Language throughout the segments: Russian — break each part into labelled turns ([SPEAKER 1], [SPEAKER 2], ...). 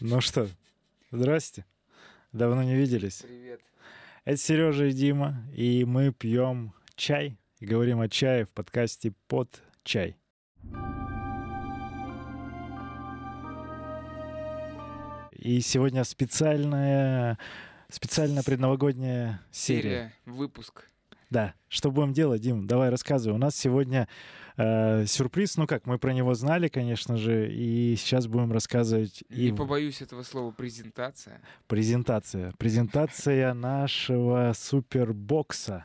[SPEAKER 1] Ну что, здрасте. Давно не виделись.
[SPEAKER 2] Привет.
[SPEAKER 1] Это Сережа и Дима, и мы пьем чай и говорим о чае в подкасте «Под чай». И сегодня специальная, специально предновогодняя серия.
[SPEAKER 2] Серия, выпуск.
[SPEAKER 1] Да. Что будем делать, Дим? Давай рассказывай. У нас сегодня э, сюрприз. Ну как, мы про него знали, конечно же, и сейчас будем рассказывать
[SPEAKER 2] Не
[SPEAKER 1] и
[SPEAKER 2] побоюсь этого слова презентация.
[SPEAKER 1] презентация. Презентация нашего супербокса.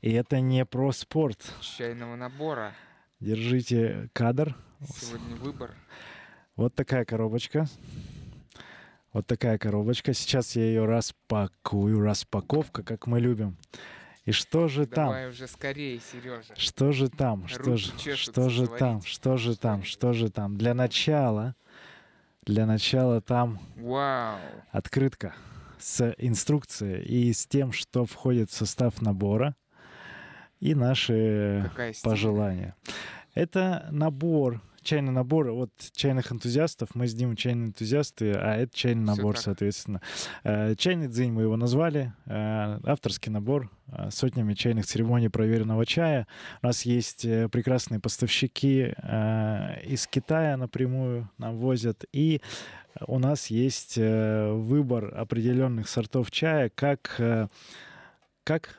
[SPEAKER 1] И это не про спорт.
[SPEAKER 2] Чайного набора.
[SPEAKER 1] Держите кадр.
[SPEAKER 2] Сегодня выбор.
[SPEAKER 1] Вот такая коробочка. Вот такая коробочка. Сейчас я ее распакую. Распаковка, как мы любим. И что же там?
[SPEAKER 2] Давай уже скорее, Сережа.
[SPEAKER 1] Что же там? Что
[SPEAKER 2] Руки
[SPEAKER 1] же,
[SPEAKER 2] чешутся
[SPEAKER 1] что же
[SPEAKER 2] заварить.
[SPEAKER 1] там? Что же там? Что же там? Для начала, для начала там
[SPEAKER 2] Вау.
[SPEAKER 1] открытка с инструкцией и с тем, что входит в состав набора и наши
[SPEAKER 2] Какая стильная.
[SPEAKER 1] пожелания. Это набор, чайный набор от чайных энтузиастов. Мы с Димой чайные энтузиасты, а это чайный
[SPEAKER 2] Всё
[SPEAKER 1] набор,
[SPEAKER 2] так.
[SPEAKER 1] соответственно. Э, Чайный дзинь мы его назвали. Э, Авторский набор э, с сотнями чайных церемоний проверенного чая. У нас есть э, прекрасные поставщики э, из Китая напрямую нам возят. И у нас есть э, выбор определенных сортов чая, как, э, как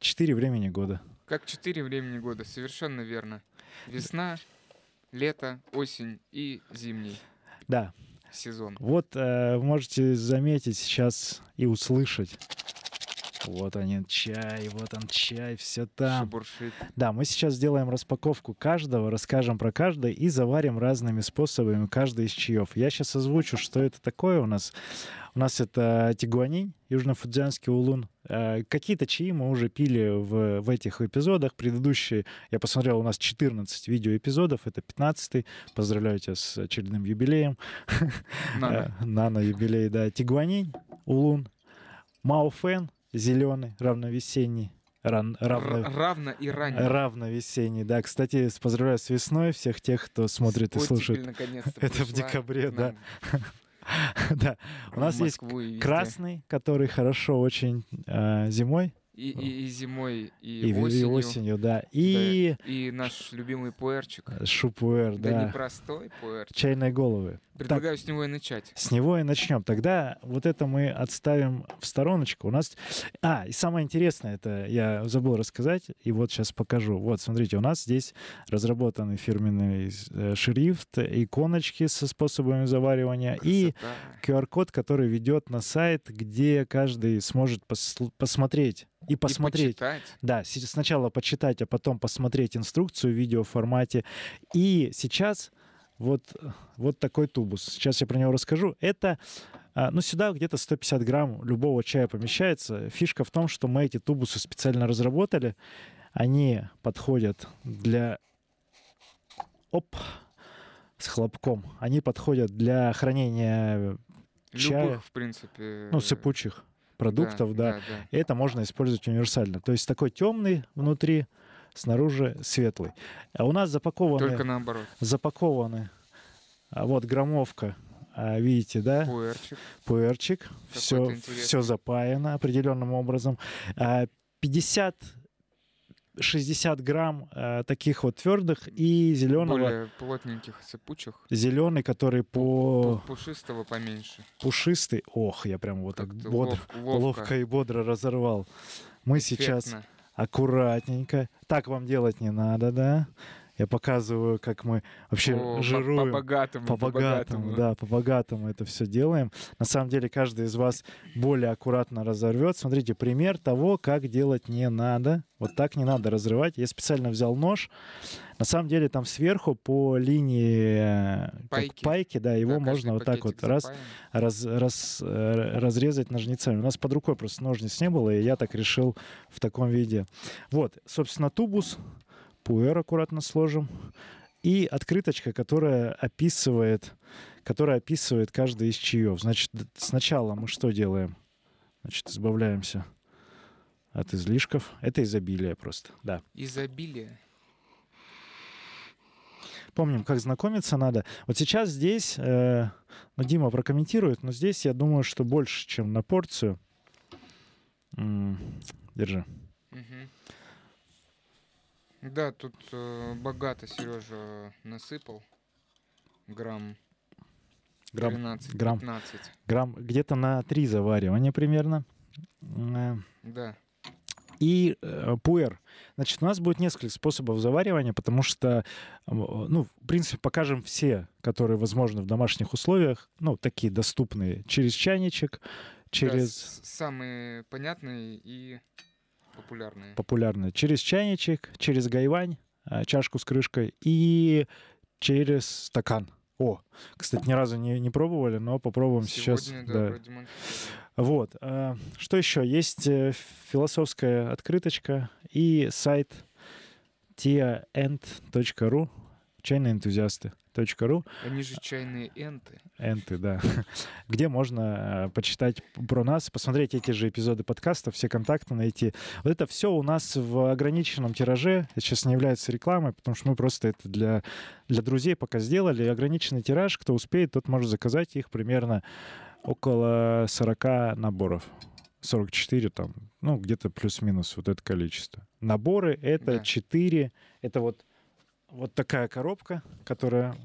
[SPEAKER 1] 4 времени года.
[SPEAKER 2] Как четыре времени года, совершенно верно. Весна, лето, осень и зимний
[SPEAKER 1] Да,
[SPEAKER 2] сезон.
[SPEAKER 1] Вот э, можете заметить сейчас и услышать. Вот они, чай, вот он, чай, все там.
[SPEAKER 2] Шебуршит.
[SPEAKER 1] Да, мы сейчас сделаем распаковку каждого, расскажем про каждый и заварим разными способами каждый из чаев. Я сейчас озвучу, что это такое у нас. У нас это тигуанин, южнофудзянский улун. Э, Какие-то чаи мы уже пили в, в этих эпизодах. Предыдущие, я посмотрел, у нас 14 видеоэпизодов, это 15 Поздравляю тебя с очередным юбилеем.
[SPEAKER 2] Надо.
[SPEAKER 1] Э, Нано-юбилей, да. Тигуанин, Улун, Мауфен, зеленый, равновесенний, ран- равно-
[SPEAKER 2] Р- Равно и ранее.
[SPEAKER 1] равновесенний, да. Кстати, с- поздравляю с весной всех тех, кто смотрит и
[SPEAKER 2] Оттепель
[SPEAKER 1] слушает.
[SPEAKER 2] наконец-то
[SPEAKER 1] Это в
[SPEAKER 2] пришла
[SPEAKER 1] декабре,
[SPEAKER 2] к
[SPEAKER 1] да.
[SPEAKER 2] нам
[SPEAKER 1] Да, у
[SPEAKER 2] в
[SPEAKER 1] нас есть
[SPEAKER 2] Москву и везде.
[SPEAKER 1] красный, который хорошо очень э, зимой
[SPEAKER 2] И, и- и зимой, и,
[SPEAKER 1] и, в- и
[SPEAKER 2] осенью.
[SPEAKER 1] осенью, да. И
[SPEAKER 2] И наш любимый пуэрчик.
[SPEAKER 1] шупуэр,
[SPEAKER 2] Да, не
[SPEAKER 1] да.
[SPEAKER 2] простой пуэрчик.
[SPEAKER 1] Чайные головы.
[SPEAKER 2] Предлагаю с него и начать.
[SPEAKER 1] С него и начнем. Тогда вот это мы отставим в стороночку. У нас... А, и самое интересное, это я забыл рассказать, и вот сейчас покажу. Вот, смотрите, у нас здесь разработаны фирменный э, шрифт, иконочки со способами заваривания и
[SPEAKER 2] Красота.
[SPEAKER 1] QR-код, который ведет на сайт, где каждый сможет посл- посмотреть и
[SPEAKER 2] И
[SPEAKER 1] посмотреть.
[SPEAKER 2] почитать.
[SPEAKER 1] Да, си- сначала почитать, а потом посмотреть инструкцию в видеоформате. И сейчас вот, э, вот такой тубус. Сейчас я про него расскажу. Это, а, ну, сюда где-то 150 грамм любого чая помещается. Фишка в том, что мы эти тубусы специально разработали. Они подходят для... Оп! С хлопком. Они подходят для хранения, чая.
[SPEAKER 2] Любых, в принципе.
[SPEAKER 1] ну,
[SPEAKER 2] э,
[SPEAKER 1] сыпучих продуктов, да.
[SPEAKER 2] да.
[SPEAKER 1] Это можно использовать универсально. То есть такой темный внутри, снаружи светлый. А у нас запакованы,
[SPEAKER 2] Только наоборот.
[SPEAKER 1] запакованы а, вот граммовка, а, видите, да,
[SPEAKER 2] Пуэрчик.
[SPEAKER 1] пуэрчик,
[SPEAKER 2] Какой-то
[SPEAKER 1] все,
[SPEAKER 2] интересный.
[SPEAKER 1] все запаяно определенным образом. А, 50 60 грамм а, таких вот твердых и зеленого,
[SPEAKER 2] Более плотненьких, сыпучих.
[SPEAKER 1] зеленый, который по
[SPEAKER 2] пу- Пушистого поменьше.
[SPEAKER 1] пушистый. Ох, я прям вот так
[SPEAKER 2] Как-то
[SPEAKER 1] бодро,
[SPEAKER 2] лов- ловко.
[SPEAKER 1] ловко и бодро разорвал. Мы сейчас
[SPEAKER 2] Эффектно.
[SPEAKER 1] аккуратненько. Так вам делать не надо, да? Я показываю, как мы вообще
[SPEAKER 2] О, по-
[SPEAKER 1] жируем.
[SPEAKER 2] По-богатому.
[SPEAKER 1] по-богатому, да, по-богатому это все делаем. На самом деле каждый из вас более аккуратно разорвет. Смотрите, пример того, как делать не надо. Вот так не надо разрывать. Я специально взял нож. На самом деле там сверху по линии э, как
[SPEAKER 2] Пайки.
[SPEAKER 1] пайки да, его
[SPEAKER 2] Да,
[SPEAKER 1] можно
[SPEAKER 2] каждый
[SPEAKER 1] вот так вот
[SPEAKER 2] пакетик
[SPEAKER 1] раз
[SPEAKER 2] запаян.
[SPEAKER 1] раз, раз, э, разрезать ножницами. У нас под рукой просто ножниц не было, и я так решил в таком виде. Вот, собственно, тубус, пуэр аккуратно сложим, и открыточка, которая описывает, которая описывает каждый из чаев. Значит, д- сначала мы что делаем? Значит, избавляемся от излишков. Это изобилие просто, да.
[SPEAKER 2] Изобилие.
[SPEAKER 1] помним, как знакомиться надо. Вот сейчас здесь, э, ну, Дима прокомментирует, но здесь, я думаю, что больше, чем на порцию. М, держи.
[SPEAKER 2] Мгм. Да, тут э, богато Сережа насыпал. Грамм
[SPEAKER 1] Грамм,
[SPEAKER 2] 13,
[SPEAKER 1] грамм.
[SPEAKER 2] 15.
[SPEAKER 1] грамм где-то на три заваривания примерно. Э,
[SPEAKER 2] Да.
[SPEAKER 1] и э, пуэр. Значит, у нас будет несколько способов заваривания, потому что, э, ну, в принципе, покажем все, которые возможны в домашних условиях, ну, такие доступные, через чайничек, через...
[SPEAKER 2] Да, с- самые понятные и популярные.
[SPEAKER 1] популярные, через чайничек, через гайвань, э, чашку с крышкой и через стакан. О, кстати, ни разу не, не пробовали, но попробуем
[SPEAKER 2] Сегодня,
[SPEAKER 1] сейчас.
[SPEAKER 2] да,
[SPEAKER 1] да.
[SPEAKER 2] продемонстрировали.
[SPEAKER 1] Вот. э, Что еще? Есть э, философская открыточка и сайт tiaend.ru чайные энтузиасты. .ру,
[SPEAKER 2] Они же чайные энты.
[SPEAKER 1] энты, да, где можно э, почитать про нас, посмотреть эти же эпизоды подкаста, все контакты найти. Вот это все у нас в ограниченном тираже. Это сейчас не является рекламой, потому что мы просто это для, для друзей пока сделали. Ограниченный тираж, кто успеет, тот может заказать их примерно около 40 наборов. 44 там, ну, где-то плюс-минус вот это количество. Наборы — это
[SPEAKER 2] Да.
[SPEAKER 1] 4, это вот, вот такая коробка, которая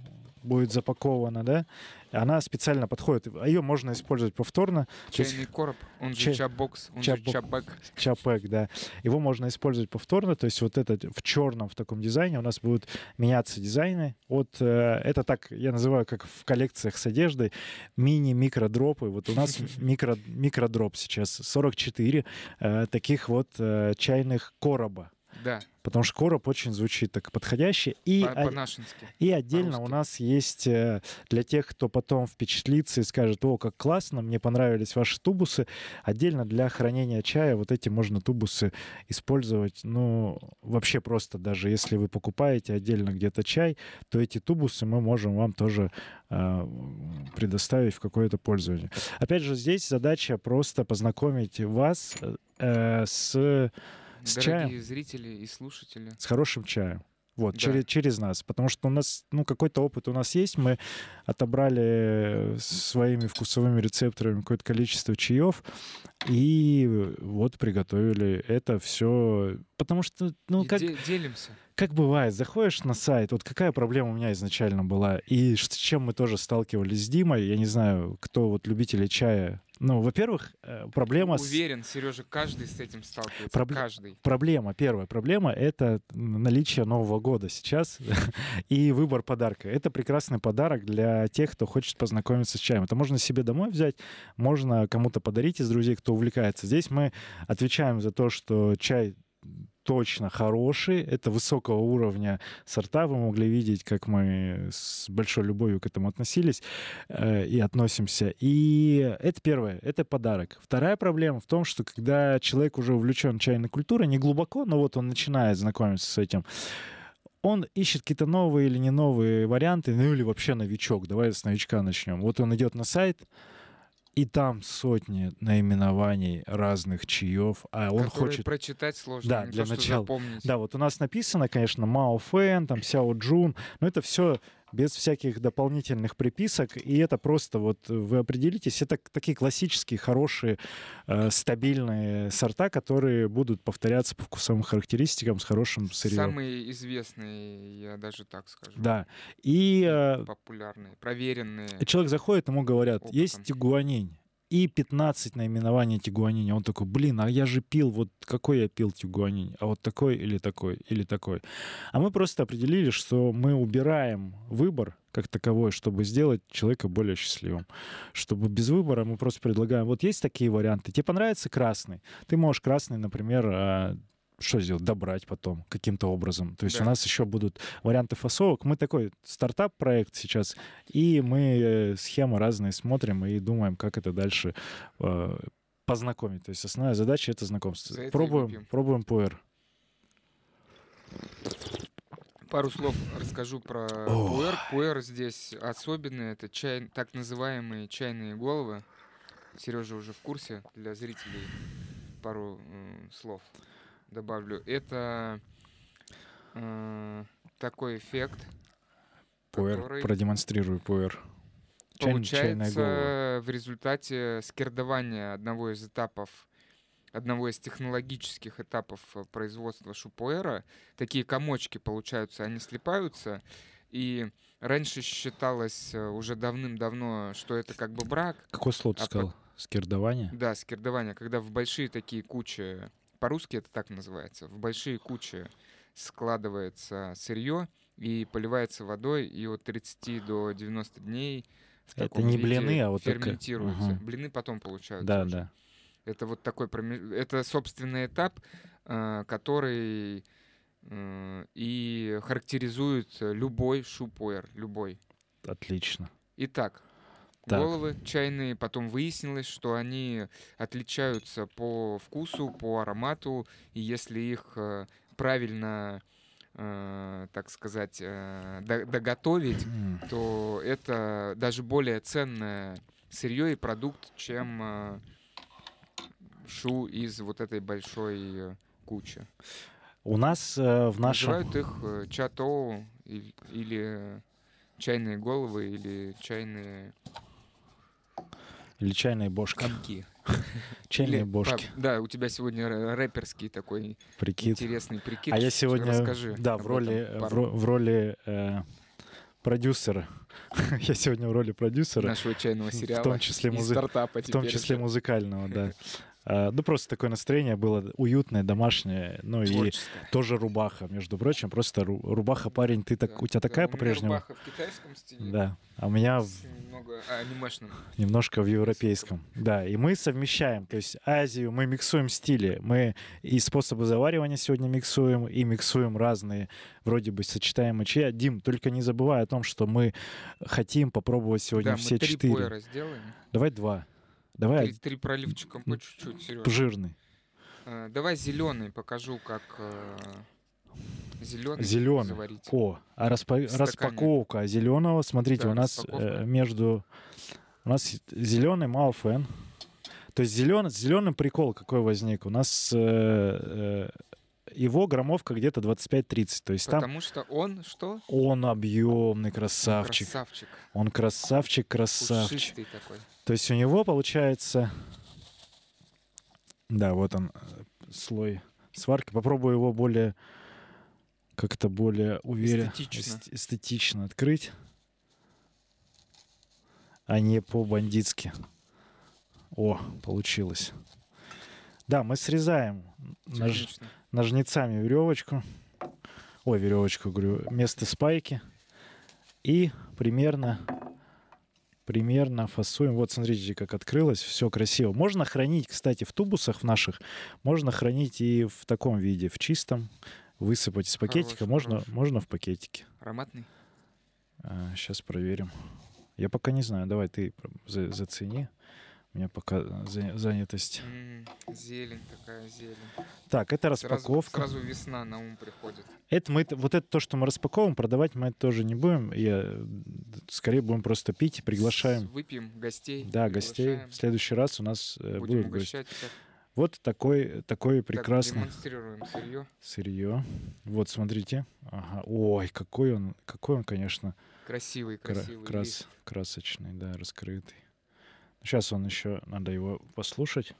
[SPEAKER 1] будет запакована, да? Она специально подходит. Ее можно использовать повторно. То есть
[SPEAKER 2] Чайный короб, он же
[SPEAKER 1] чай-
[SPEAKER 2] чабокс, он
[SPEAKER 1] чабок.
[SPEAKER 2] же чабак.
[SPEAKER 1] Чапек, да. Его можно использовать повторно, то есть вот этот в черном в таком дизайне у нас будут меняться дизайны. От э, это так я называю как в коллекциях с одеждой мини микродропы. Вот у нас микро микродроп сейчас 44 э, таких вот э, чайных короба,
[SPEAKER 2] Да,
[SPEAKER 1] потому что короб очень звучит так подходяще и а-
[SPEAKER 2] по-
[SPEAKER 1] о-
[SPEAKER 2] по-нашенски.
[SPEAKER 1] и отдельно у
[SPEAKER 2] по-русски.
[SPEAKER 1] нас есть э, для тех, кто потом впечатлится и скажет, о, как классно, мне понравились ваши тубусы. Отдельно для хранения чая вот эти можно тубусы использовать. Ну, вообще просто даже если вы покупаете отдельно где-то чай, то эти тубусы мы можем вам тоже э, предоставить в какое-то пользование. Опять же, здесь задача просто познакомить вас э, э, с С
[SPEAKER 2] Дорогие зрители и слушатели.
[SPEAKER 1] с хорошим чаем. Вот,
[SPEAKER 2] Да.
[SPEAKER 1] через, через нас. Потому что у нас, ну, какой-то опыт у нас есть. Мы отобрали э, своими вкусовыми рецепторами какое-то количество чаев. И вот приготовили это все. Потому что, ну,
[SPEAKER 2] И
[SPEAKER 1] как,
[SPEAKER 2] де- делимся.
[SPEAKER 1] как бывает, заходишь на сайт, вот какая проблема у меня изначально была, и ш- с чем мы тоже сталкивались с Димой, я не знаю, кто вот любители чая. Ну, во-первых, э, проблема с...
[SPEAKER 2] Уверен, Сережа, каждый с этим сталкивается.
[SPEAKER 1] Пробле-
[SPEAKER 2] Каждый.
[SPEAKER 1] Проблема, первая проблема — это наличие Нового года сейчас и выбор подарка. Это прекрасный подарок для тех, кто хочет познакомиться с чаем. Это можно себе домой взять, можно кому-то подарить из друзей, кто увлекается. Здесь мы отвечаем за то, что чай точно хороший, это высокого уровня сорта, вы могли видеть, как мы с большой любовью к этому относились э, и относимся. И это первое, это подарок. Вторая проблема в том, что когда человек уже увлечен чайной культурой, не глубоко, но вот он начинает знакомиться с этим, он ищет какие-то новые или не новые варианты, ну или вообще новичок, давай с новичка начнем. Вот он идет на сайт, и там сотни наименований разных чаев, а он
[SPEAKER 2] которые
[SPEAKER 1] хочет...
[SPEAKER 2] прочитать сложно.
[SPEAKER 1] Да,
[SPEAKER 2] не
[SPEAKER 1] для
[SPEAKER 2] то, что
[SPEAKER 1] начала.
[SPEAKER 2] запомнить.
[SPEAKER 1] Да, вот у нас написано, конечно, Мао Фэн, там Сяо Джун, но это все без всяких дополнительных приписок, и это просто вот э, вы определитесь, это к- такие классические, хорошие, э, стабильные сорта, которые будут повторяться по вкусовым характеристикам с хорошим сырьем.
[SPEAKER 2] Самые известные, я даже так скажу.
[SPEAKER 1] Да, и э,
[SPEAKER 2] Популярные, проверенные.
[SPEAKER 1] человек заходит, ему говорят,
[SPEAKER 2] Опытом.
[SPEAKER 1] есть тигуанинь, и 15 наименований тигуаниня. Он такой, блин, а я же пил, вот какой я пил тигуанинь, а вот такой или такой, или такой. А мы просто определили, что мы убираем выбор как таковой, чтобы сделать человека более счастливым. Чтобы без выбора мы просто предлагаем, вот есть такие варианты, тебе понравится красный, ты можешь красный, например, а, что сделать? Добрать потом каким-то образом. То есть
[SPEAKER 2] Да.
[SPEAKER 1] у нас еще будут варианты фасовок. Мы такой стартап-проект сейчас, и мы э, схемы разные смотрим и думаем, как это дальше э, познакомить. То есть основная задача — это знакомство.
[SPEAKER 2] За это и
[SPEAKER 1] пробуем,
[SPEAKER 2] выпьем.
[SPEAKER 1] пробуем пуэр.
[SPEAKER 2] Пару слов расскажу про
[SPEAKER 1] О.
[SPEAKER 2] пуэр. Пуэр здесь особенный. Это чай, так называемые чайные головы. Сережа уже в курсе. Для зрителей пару м, слов добавлю. Это э, такой эффект,
[SPEAKER 1] Пуэр,
[SPEAKER 2] который
[SPEAKER 1] продемонстрирую пуэр. Чайный- чайная голова.
[SPEAKER 2] Получается, в результате скердования одного из этапов, одного из технологических этапов э, производства шупуэра, такие комочки получаются, они слипаются, и раньше считалось э, уже давным-давно, что это как бы брак,
[SPEAKER 1] Какое слово ты
[SPEAKER 2] А
[SPEAKER 1] сказал? Скирдование?
[SPEAKER 2] да, скирдование, когда в большие такие кучи, по-русски это так называется, в большие кучи складывается сырье и поливается водой, и от 30 до 90 дней в
[SPEAKER 1] Это
[SPEAKER 2] таком
[SPEAKER 1] не
[SPEAKER 2] виде
[SPEAKER 1] блины, а вот такая-
[SPEAKER 2] ферментируется.
[SPEAKER 1] Мгм.
[SPEAKER 2] Блины потом получаются.
[SPEAKER 1] Да,
[SPEAKER 2] уже.
[SPEAKER 1] да.
[SPEAKER 2] Это вот такой промеж- это собственный этап, э, который э, и характеризует любой шупуэр, любой.
[SPEAKER 1] Отлично.
[SPEAKER 2] Итак,
[SPEAKER 1] Так.
[SPEAKER 2] головы чайные, потом выяснилось, что они отличаются по вкусу, по аромату, и если их э, правильно, э, так сказать, э, до- доготовить,
[SPEAKER 1] М,
[SPEAKER 2] то это даже более ценное сырье и продукт, чем э, шу из вот этой большой э, кучи.
[SPEAKER 1] У нас э, в нашем...
[SPEAKER 2] Называют их э, чатоу или, или чайные головы, или чайные
[SPEAKER 1] Или чайные бошки.
[SPEAKER 2] комки.
[SPEAKER 1] Чайные
[SPEAKER 2] Или,
[SPEAKER 1] бошки.
[SPEAKER 2] а, да, у тебя сегодня рэ- рэперский такой
[SPEAKER 1] Прикид.
[SPEAKER 2] интересный прикид.
[SPEAKER 1] А я
[SPEAKER 2] Ч-
[SPEAKER 1] сегодня...
[SPEAKER 2] Расскажи.
[SPEAKER 1] да,
[SPEAKER 2] об
[SPEAKER 1] в роли,
[SPEAKER 2] этом
[SPEAKER 1] э, в,
[SPEAKER 2] пару
[SPEAKER 1] ро- в роли э, продюсера. я сегодня в роли продюсера.
[SPEAKER 2] нашего чайного сериала.
[SPEAKER 1] В том числе
[SPEAKER 2] и
[SPEAKER 1] музы-
[SPEAKER 2] стартапа
[SPEAKER 1] В том числе музыкального, да. А, Ну, просто такое настроение было уютное, домашнее. Ну и тоже рубаха, между прочим. Просто ру- рубаха, парень, ты так... У тебя такая по-прежнему?
[SPEAKER 2] Э, в китайском стиле.
[SPEAKER 1] Да. А у меня в-
[SPEAKER 2] с Немного а, анимешным.
[SPEAKER 1] немножко в европейском. Да, и мы совмещаем, то есть Азию, мы миксуем стили, мы и способы заваривания сегодня миксуем, и миксуем разные вроде бы сочетаемые чая. Дим, только не забывай о том, что мы хотим попробовать сегодня
[SPEAKER 2] да,
[SPEAKER 1] все
[SPEAKER 2] мы три
[SPEAKER 1] четыре.
[SPEAKER 2] пуэра сделаем.
[SPEAKER 1] Давай два. Давай
[SPEAKER 2] Три, три проливчика по чуть-чуть, Серёж.
[SPEAKER 1] жирный.
[SPEAKER 2] Э, Давай зеленый покажу, как зеленый,
[SPEAKER 1] Зелёный.
[SPEAKER 2] заварить.
[SPEAKER 1] О, а распа-
[SPEAKER 2] стакане.
[SPEAKER 1] распаковка зеленого. Смотрите,
[SPEAKER 2] Да,
[SPEAKER 1] у нас э,
[SPEAKER 2] распаковка.
[SPEAKER 1] между у нас зеленый Малфен. То есть зеленый, с зеленым прикол какой возник. У нас э, э, его граммовка где-то 25-30. То есть там
[SPEAKER 2] Потому что он что?
[SPEAKER 1] он объемный красавчик.
[SPEAKER 2] Красавчик.
[SPEAKER 1] Он красавчик, красавчик.
[SPEAKER 2] Пушистый такой.
[SPEAKER 1] То есть у него получается... Да, вот он, э, слой сварки. Попробую его более как-то более уверенно,
[SPEAKER 2] Эстетично.
[SPEAKER 1] эстетично открыть, а не по-бандитски. О, получилось. Да, мы срезаем нож-
[SPEAKER 2] Технично.
[SPEAKER 1] ножницами веревочку. Ой, веревочку, говорю, место спайки. И примерно, примерно фасуем. Вот, смотрите, как открылось, все красиво. Можно хранить, кстати, в тубусах в наших, можно хранить и в таком виде, в чистом, высыпать из пакетика.
[SPEAKER 2] Хорош,
[SPEAKER 1] Можно,
[SPEAKER 2] хорош.
[SPEAKER 1] можно в пакетике.
[SPEAKER 2] Ароматный.
[SPEAKER 1] сейчас проверим. Я пока не знаю, давай ты за- зацени. У меня пока за- занятость.
[SPEAKER 2] М, зелень такая, зелень.
[SPEAKER 1] Так, это
[SPEAKER 2] Сразу-
[SPEAKER 1] распаковка.
[SPEAKER 2] Сразу, весна на ум приходит.
[SPEAKER 1] Это мы, т- вот это то, что мы распаковываем, продавать мы это тоже не будем. Я, э, скорее будем просто пить и
[SPEAKER 2] С-
[SPEAKER 1] приглашаем.
[SPEAKER 2] Выпьем гостей.
[SPEAKER 1] Да, гостей.
[SPEAKER 2] приглашаем,
[SPEAKER 1] В следующий раз у нас э,
[SPEAKER 2] Будем
[SPEAKER 1] будут гости.
[SPEAKER 2] угощать. всех.
[SPEAKER 1] Вот такой, такое
[SPEAKER 2] Так,
[SPEAKER 1] прекрасное
[SPEAKER 2] демонстрируем сырье.
[SPEAKER 1] сырье. Вот, смотрите. Ага. Ой, какой он, какой он, конечно,
[SPEAKER 2] Красивый,
[SPEAKER 1] кра-
[SPEAKER 2] красивый.
[SPEAKER 1] крас-
[SPEAKER 2] лист.
[SPEAKER 1] красочный, да, раскрытый. Сейчас он еще, надо его послушать.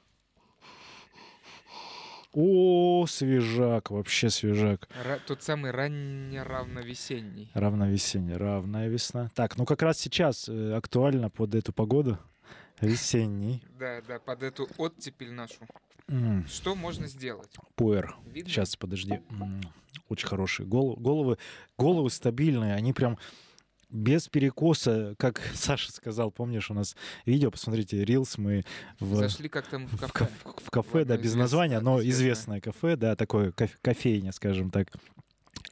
[SPEAKER 1] О, свежак, вообще свежак.
[SPEAKER 2] Ра- тот самый ранне-равновесенний.
[SPEAKER 1] А. Равновесенье, равная весна. Так, ну как раз сейчас э, актуально под эту погоду. Весенний.
[SPEAKER 2] Да, да, под эту оттепель нашу.
[SPEAKER 1] М,
[SPEAKER 2] Что можно сделать?
[SPEAKER 1] Пуэр.
[SPEAKER 2] Видно?
[SPEAKER 1] Сейчас, подожди. М, Очень хорошие. Гол- головы, головы стабильные. Они прям без перекоса, как Саша сказал, помнишь, у нас видео, посмотрите, Reels, мы в,
[SPEAKER 2] Зашли как там в
[SPEAKER 1] в
[SPEAKER 2] кафе.
[SPEAKER 1] кафе, в кафе, да,
[SPEAKER 2] одно
[SPEAKER 1] без
[SPEAKER 2] известное,
[SPEAKER 1] названия, но
[SPEAKER 2] известное.
[SPEAKER 1] известное кафе, да, такое коф- кофейня, скажем так.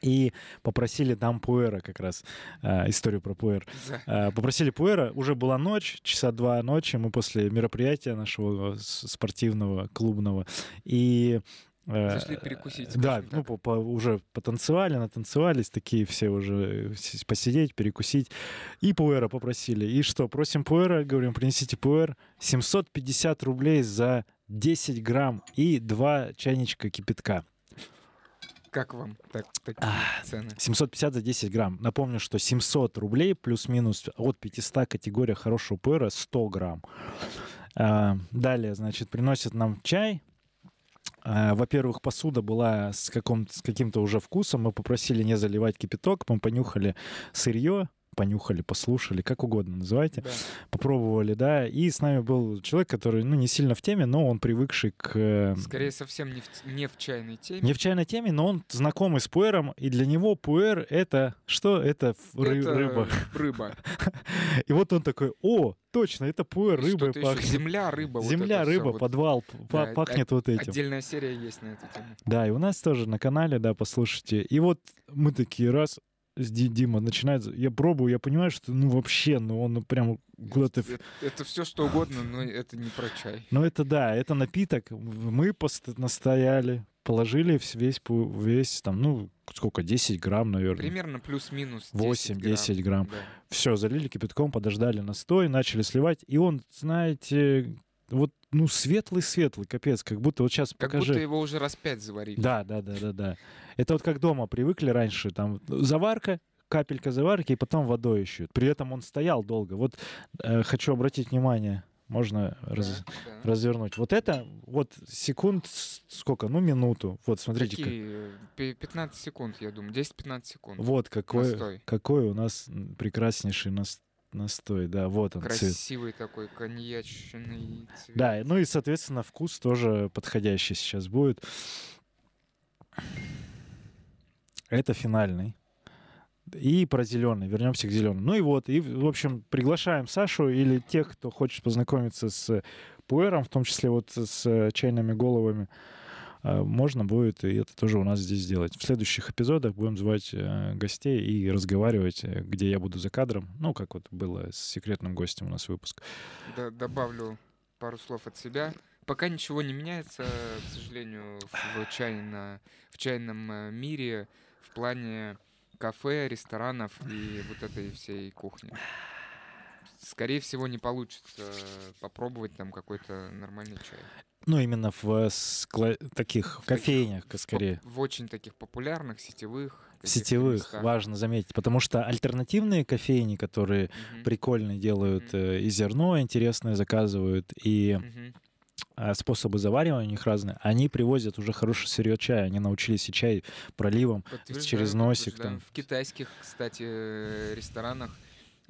[SPEAKER 1] И попросили там пуэра как раз, а, историю про пуэр.
[SPEAKER 2] Да.
[SPEAKER 1] Э, Попросили пуэра, уже была ночь, часа два ночи, мы после мероприятия нашего э, с- спортивного, клубного, и... э,
[SPEAKER 2] Зашли перекусить,
[SPEAKER 1] Да,
[SPEAKER 2] скажем
[SPEAKER 1] ну,
[SPEAKER 2] так.
[SPEAKER 1] по- по- уже потанцевали, натанцевались, такие все уже э, с- посидеть, перекусить. И пуэра попросили. И что, просим пуэра, говорим, принесите пуэр. 750 рублей за 10 грамм и 2 чайничка кипятка.
[SPEAKER 2] Как вам так, такие
[SPEAKER 1] А,
[SPEAKER 2] цены?
[SPEAKER 1] 750 за 10 грамм. Напомню, что 700 рублей плюс-минус от 500 категория хорошего пыра 100 грамм. А, Далее, значит, приносят нам чай. А, Во-первых, посуда была с, каком с каким-то уже вкусом. Мы попросили не заливать кипяток. Мы понюхали сырье, понюхали, послушали, как угодно называйте.
[SPEAKER 2] Да.
[SPEAKER 1] Попробовали, да. И с нами был человек, который, ну, не сильно в теме, но он привыкший к... э,
[SPEAKER 2] Скорее, совсем не в, не в чайной теме.
[SPEAKER 1] не в чайной теме, но он знакомый с пуэром, и для него пуэр — это что? Это, ф- ры-
[SPEAKER 2] Это
[SPEAKER 1] рыба.
[SPEAKER 2] Рыба.
[SPEAKER 1] И вот он такой, о, точно, это пуэр, рыба
[SPEAKER 2] Что-то еще. Земля, рыба. вот
[SPEAKER 1] Земля,
[SPEAKER 2] это всё
[SPEAKER 1] рыба,
[SPEAKER 2] вот.
[SPEAKER 1] подвал п-
[SPEAKER 2] Да,
[SPEAKER 1] па-
[SPEAKER 2] а-
[SPEAKER 1] пахнет вот этим.
[SPEAKER 2] Отдельная серия есть на эту тему.
[SPEAKER 1] Да, и у нас тоже на канале, да, послушайте. И вот мы такие раз, с Ди- Дима начинает, я пробую, я понимаю, что ну вообще, ну он ну, прям куда-то... в-
[SPEAKER 2] Это, все что угодно, но это не про чай.
[SPEAKER 1] Ну это да, это напиток. Мы пост- настояли, положили вс- весь, пу- весь там, ну сколько, 10 грамм, наверное.
[SPEAKER 2] Примерно плюс-минус 10 грамм.
[SPEAKER 1] 8-10 грамм.
[SPEAKER 2] Да.
[SPEAKER 1] Все, залили кипятком, подождали настой, начали сливать. И он, знаете, вот, ну, светлый-светлый, капец, как будто вот сейчас
[SPEAKER 2] Как
[SPEAKER 1] покажи.
[SPEAKER 2] будто его уже раз пять заварили.
[SPEAKER 1] Да, да, да, да, да. Это вот как дома привыкли раньше, там ну, заварка, капелька заварки, и потом водой еще. При этом он стоял долго. Вот э, хочу обратить внимание, можно раз-
[SPEAKER 2] Да, да.
[SPEAKER 1] развернуть. Вот это, вот секунд с- сколько, ну минуту. Вот смотрите, как-
[SPEAKER 2] Какие? э, Пи- 15 секунд, я думаю. 10-15 секунд.
[SPEAKER 1] вот какой,
[SPEAKER 2] Настой.
[SPEAKER 1] какой у нас м, прекраснейший нас- настой, да, вот он цвет.
[SPEAKER 2] Красивый такой коньячный цвет.
[SPEAKER 1] Да, ну и, соответственно, вкус тоже подходящий сейчас будет. Это финальный. И про зеленый. Вернемся к зеленому. Ну и вот, и, в общем, приглашаем Сашу или тех, кто хочет познакомиться с пуэром, в том числе вот с э, чайными головами. Э, Можно будет, и это тоже у нас здесь сделать. В следующих эпизодах будем звать э, гостей и разговаривать, э, где я буду за кадром. Ну, как вот было с секретным гостем у нас выпуск.
[SPEAKER 2] Д- добавлю пару слов от себя. Пока ничего не меняется, к сожалению, в, в чайно- в чайном э, мире в плане кафе, ресторанов и вот этой всей кухни. Скорее всего, не получится попробовать там какой-то нормальный чай.
[SPEAKER 1] Ну, именно в э, скла- таких кофейнях, к- скорее.
[SPEAKER 2] Поп- В очень таких популярных, сетевых.
[SPEAKER 1] В
[SPEAKER 2] каких-то
[SPEAKER 1] сетевых,
[SPEAKER 2] местах.
[SPEAKER 1] важно заметить. Потому что альтернативные кофейни, которые
[SPEAKER 2] Мгм.
[SPEAKER 1] прикольно делают э, и зерно интересное заказывают, и
[SPEAKER 2] Мгм.
[SPEAKER 1] э, способы заваривания у них разные, они привозят уже хороший сырье чая. Они научились и чай проливом.
[SPEAKER 2] Подтверждаю,
[SPEAKER 1] через носик
[SPEAKER 2] подтверждаю.
[SPEAKER 1] там.
[SPEAKER 2] В китайских, кстати, э, ресторанах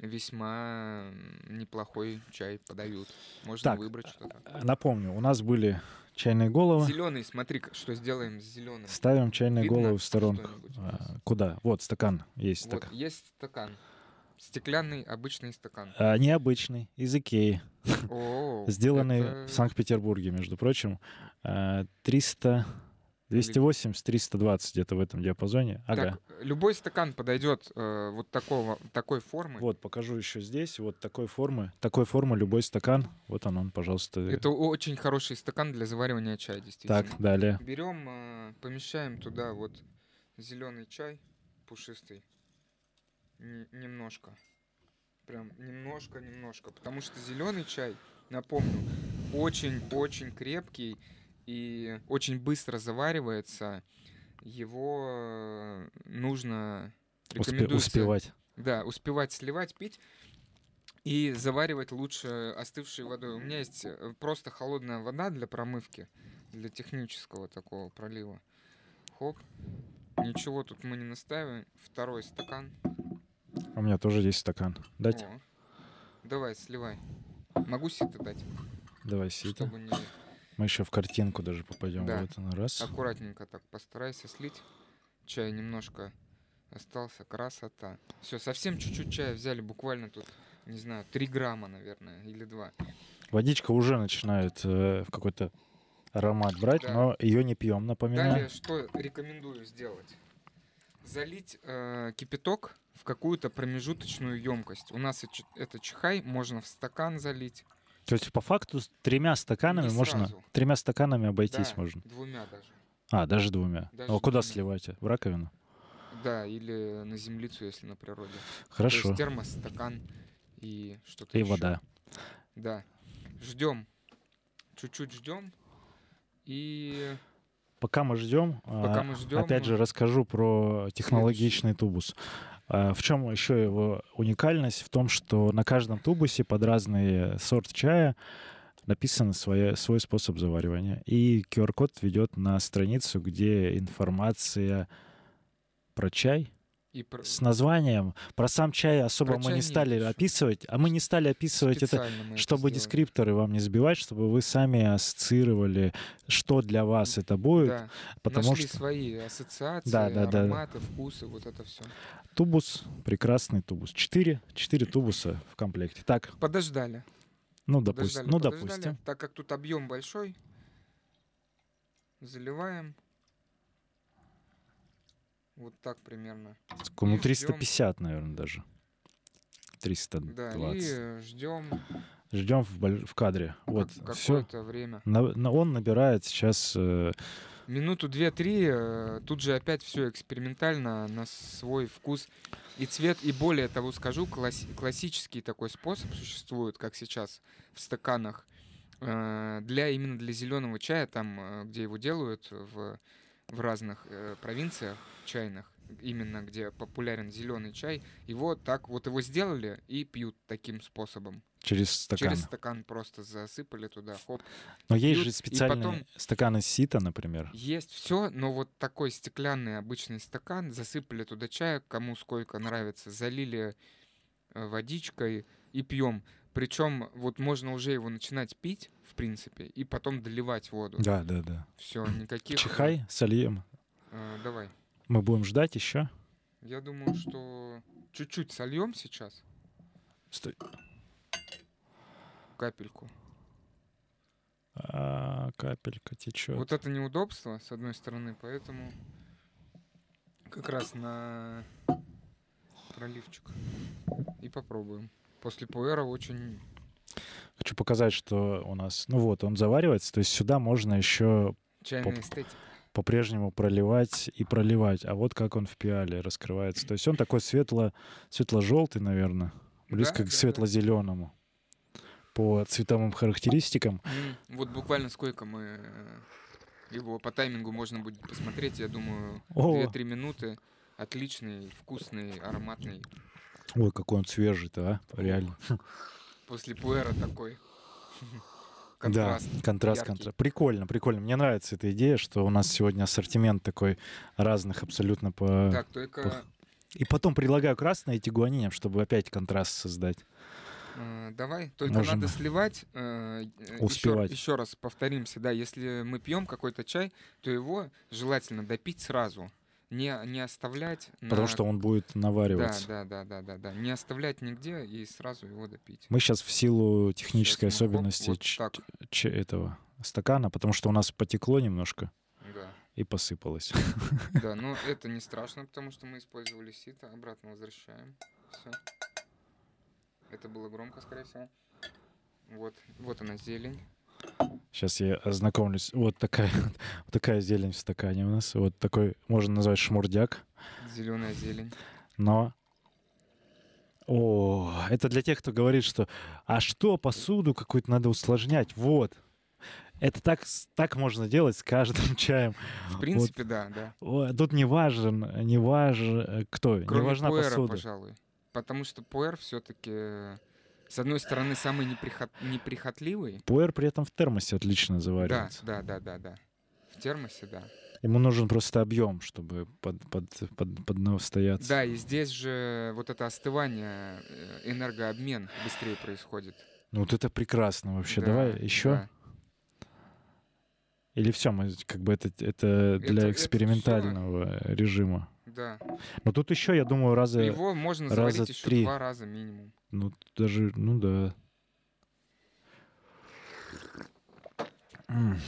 [SPEAKER 2] весьма м, неплохой чай подают. Можно
[SPEAKER 1] Так.
[SPEAKER 2] выбрать что-то.
[SPEAKER 1] Напомню, у нас были чайные головы.
[SPEAKER 2] Зеленый, смотри, к- что сделаем с зеленым.
[SPEAKER 1] Ставим чайные
[SPEAKER 2] Видно
[SPEAKER 1] головы в сторонку.
[SPEAKER 2] что-нибудь?
[SPEAKER 1] А, Куда? Вот стакан есть.
[SPEAKER 2] Вот,
[SPEAKER 1] стакан.
[SPEAKER 2] есть стакан. Стеклянный обычный стакан.
[SPEAKER 1] А, Необычный, из Икеи.
[SPEAKER 2] О,
[SPEAKER 1] Сделанный
[SPEAKER 2] это
[SPEAKER 1] в Санкт-Петербурге, между прочим. А, 300... 280-320 где-то в этом диапазоне. Ага.
[SPEAKER 2] так, любой стакан подойдет э, вот такого, такой формы.
[SPEAKER 1] Вот, покажу еще здесь. Вот такой формы. Такой формы любой стакан. Вот он, он, пожалуйста. э,
[SPEAKER 2] Это очень хороший стакан для заваривания чая, действительно.
[SPEAKER 1] Так, далее.
[SPEAKER 2] Берем, э, помещаем туда вот зеленый чай пушистый. Н- немножко. Прям немножко, немножко. Потому что зеленый чай, напомню, очень-очень крепкий и очень быстро заваривается. Его э, нужно
[SPEAKER 1] Успе-
[SPEAKER 2] рекомендуется-
[SPEAKER 1] успевать.
[SPEAKER 2] Да, успевать сливать, пить. И заваривать лучше остывшей водой. У меня есть э, просто холодная вода для промывки, для технического такого пролива. Хоп. Ничего тут мы не наставим. Второй стакан.
[SPEAKER 1] У меня тоже есть стакан. Дать?
[SPEAKER 2] О. Давай, сливай. Могу сито дать,
[SPEAKER 1] Давай сито.
[SPEAKER 2] чтобы не...
[SPEAKER 1] Мы еще в картинку даже попадем.
[SPEAKER 2] Да.
[SPEAKER 1] Вот она, раз.
[SPEAKER 2] Аккуратненько так постарайся слить. Чай немножко остался. Красота. Все, совсем чуть-чуть чая взяли. Буквально тут, не знаю, 3 грамма, наверное, или 2.
[SPEAKER 1] Водичка уже начинает э, какой-то аромат брать,
[SPEAKER 2] Да.
[SPEAKER 1] но ее не пьем, напоминаю.
[SPEAKER 2] Далее, что рекомендую сделать? Залить э, кипяток в какую-то промежуточную емкость. У нас эч- это чихай, можно в стакан залить.
[SPEAKER 1] То есть по факту с тремя стаканами
[SPEAKER 2] Не
[SPEAKER 1] можно...
[SPEAKER 2] сразу.
[SPEAKER 1] Тремя стаканами обойтись
[SPEAKER 2] Да,
[SPEAKER 1] можно.
[SPEAKER 2] Двумя даже.
[SPEAKER 1] А, даже двумя.
[SPEAKER 2] Даже
[SPEAKER 1] а куда
[SPEAKER 2] двумя.
[SPEAKER 1] сливать? В раковину?
[SPEAKER 2] Да, или на землицу, если на природе. То
[SPEAKER 1] Хорошо.
[SPEAKER 2] есть термос, стакан и что-то
[SPEAKER 1] И
[SPEAKER 2] ещё.
[SPEAKER 1] вода.
[SPEAKER 2] Да. Ждем. Чуть-чуть ждем. И
[SPEAKER 1] Пока мы ждем,
[SPEAKER 2] Пока мы ну. ждем,
[SPEAKER 1] А, опять же
[SPEAKER 2] мы-
[SPEAKER 1] расскажу про технологичный тубус. А, В чем еще его уникальность? В том, что на каждом тубусе под разный сорт чая написан свое- свой способ заваривания. И QR-код ведет на страницу, где информация про чай,
[SPEAKER 2] и про-
[SPEAKER 1] с названием. Про сам чай особо
[SPEAKER 2] Про
[SPEAKER 1] мы
[SPEAKER 2] чай
[SPEAKER 1] не
[SPEAKER 2] нет,
[SPEAKER 1] стали
[SPEAKER 2] слушай.
[SPEAKER 1] описывать, а мы не стали описывать это,
[SPEAKER 2] специально мы Ну, это
[SPEAKER 1] чтобы
[SPEAKER 2] сделали.
[SPEAKER 1] дескрипторы вам не сбивать, чтобы вы сами ассоциировали, что для вас это будет,
[SPEAKER 2] Да.
[SPEAKER 1] потому
[SPEAKER 2] Нашли
[SPEAKER 1] что
[SPEAKER 2] свои ассоциации,
[SPEAKER 1] Да, да, да.
[SPEAKER 2] ароматы, вкусы, вот это все.
[SPEAKER 1] тубус прекрасный тубус. Четыре, четыре тубуса в комплекте. Так,
[SPEAKER 2] Подождали.
[SPEAKER 1] ну
[SPEAKER 2] подождали,
[SPEAKER 1] допустим, ну
[SPEAKER 2] подождали.
[SPEAKER 1] допустим.
[SPEAKER 2] Так как тут объем большой, заливаем. Вот так примерно.
[SPEAKER 1] Сколько? Ну
[SPEAKER 2] И ждём.
[SPEAKER 1] 350, наверное, даже.
[SPEAKER 2] Да,
[SPEAKER 1] 320.
[SPEAKER 2] и ждем
[SPEAKER 1] Ждем в, боль- в кадре.
[SPEAKER 2] Ну,
[SPEAKER 1] Вот, все.
[SPEAKER 2] какое-то время.
[SPEAKER 1] он набирает сейчас э,
[SPEAKER 2] Минуту две-три, э, тут же опять все экспериментально на свой вкус и цвет. И более того скажу, класс- классический такой способ существует, как сейчас в стаканах, э, для именно для зеленого чая, там, э, где его делают в, в разных э, провинциях чайных, именно где популярен зеленый чай, его так вот его сделали и пьют таким способом.
[SPEAKER 1] через стакан.
[SPEAKER 2] Через стакан просто засыпали туда, хоп,
[SPEAKER 1] Но есть
[SPEAKER 2] пьют,
[SPEAKER 1] же
[SPEAKER 2] и
[SPEAKER 1] специальные
[SPEAKER 2] потом-
[SPEAKER 1] стаканы сита, например.
[SPEAKER 2] Есть все, но вот такой стеклянный обычный стакан, засыпали туда чая, кому сколько нравится, залили э, водичкой и пьем. Причем вот можно уже его начинать пить, в принципе, и потом доливать воду.
[SPEAKER 1] Да, да, да.
[SPEAKER 2] Все, никаких... э,
[SPEAKER 1] Чихай, сольем.
[SPEAKER 2] э, давай.
[SPEAKER 1] Мы будем ждать еще.
[SPEAKER 2] Я думаю, что чуть-чуть сольем сейчас
[SPEAKER 1] Стой.
[SPEAKER 2] капельку.
[SPEAKER 1] А, капелька течет.
[SPEAKER 2] Вот это неудобство, с одной стороны, поэтому как раз на проливчик. И попробуем. После пуэра очень...
[SPEAKER 1] Хочу показать, что у нас. Ну вот, он заваривается. То есть сюда можно еще
[SPEAKER 2] Чайная
[SPEAKER 1] Поп-
[SPEAKER 2] эстетика.
[SPEAKER 1] по-прежнему проливать и проливать. А вот как он в пиале раскрывается. То есть он такой светло, светло-желтый, наверное, близко
[SPEAKER 2] Да,
[SPEAKER 1] к
[SPEAKER 2] да, да.
[SPEAKER 1] светло-зеленому по цветовым характеристикам.
[SPEAKER 2] М, Вот буквально сколько мы э, его по таймингу можно будет посмотреть, я думаю,
[SPEAKER 1] О!
[SPEAKER 2] 2-3 минуты. Отличный, вкусный, ароматный.
[SPEAKER 1] Ой, какой он свежий-то, а? Реально.
[SPEAKER 2] После пуэра такой. Контраст.
[SPEAKER 1] Да, контраст,
[SPEAKER 2] яркий.
[SPEAKER 1] контраст. Прикольно, прикольно. Мне нравится эта идея, что у нас сегодня ассортимент такой разных абсолютно по...
[SPEAKER 2] Так, только
[SPEAKER 1] И потом предлагаю красное и тигуанинем, чтобы опять контраст создать.
[SPEAKER 2] Э, Давай, только
[SPEAKER 1] Можем.
[SPEAKER 2] надо сливать. э, э,
[SPEAKER 1] Успевать.
[SPEAKER 2] Еще, еще раз повторимся, да, если мы пьем какой-то чай, то его желательно допить сразу, не не оставлять.
[SPEAKER 1] Потому
[SPEAKER 2] на-
[SPEAKER 1] что он будет
[SPEAKER 2] да,
[SPEAKER 1] навариваться.
[SPEAKER 2] да, да, да, да, да, не оставлять нигде и сразу его допить.
[SPEAKER 1] Мы сейчас в силу технической
[SPEAKER 2] Сейчас мы, хоп,
[SPEAKER 1] особенности
[SPEAKER 2] вот
[SPEAKER 1] ч-
[SPEAKER 2] так,
[SPEAKER 1] ч- этого стакана, потому что у нас потекло немножко
[SPEAKER 2] да,
[SPEAKER 1] и посыпалось.
[SPEAKER 2] да, но это не страшно, потому что мы использовали сито, обратно возвращаем. Все. Это было громко, скорее всего. Вот, вот она зелень.
[SPEAKER 1] Сейчас я ознакомлюсь. Вот такая, вот такая зелень в стакане у нас. Вот такой, можно назвать шмурдяк.
[SPEAKER 2] Зеленая зелень.
[SPEAKER 1] Но... О, это для тех, кто говорит, что «А что, посуду какую-то надо усложнять?» Вот. Это так, с- так можно делать с каждым чаем.
[SPEAKER 2] В принципе, да, да.
[SPEAKER 1] О, Тут не важен, не важен кто, не
[SPEAKER 2] Кроме
[SPEAKER 1] важна
[SPEAKER 2] пуэра,
[SPEAKER 1] посуда.
[SPEAKER 2] пожалуй. Потому что пуэр все-таки, с одной стороны, самый неприхот... неприхотливый.
[SPEAKER 1] Пуэр при этом в термосе отлично
[SPEAKER 2] Да,
[SPEAKER 1] заваривается.
[SPEAKER 2] да, да, да, да. В термосе, да.
[SPEAKER 1] Ему нужен просто объем, чтобы под, под, под, под него стояться.
[SPEAKER 2] Да, и здесь же вот это остывание, э, энергообмен быстрее происходит.
[SPEAKER 1] Ну вот это прекрасно вообще.
[SPEAKER 2] Да,
[SPEAKER 1] Давай еще.
[SPEAKER 2] да.
[SPEAKER 1] Или все, мы как бы это, это для
[SPEAKER 2] это всё.
[SPEAKER 1] экспериментального режима.
[SPEAKER 2] Да.
[SPEAKER 1] Но тут еще, я думаю, раза...
[SPEAKER 2] Его можно
[SPEAKER 1] раза
[SPEAKER 2] заварить еще
[SPEAKER 1] три.
[SPEAKER 2] два раза минимум.
[SPEAKER 1] Ну, даже, ну да. М.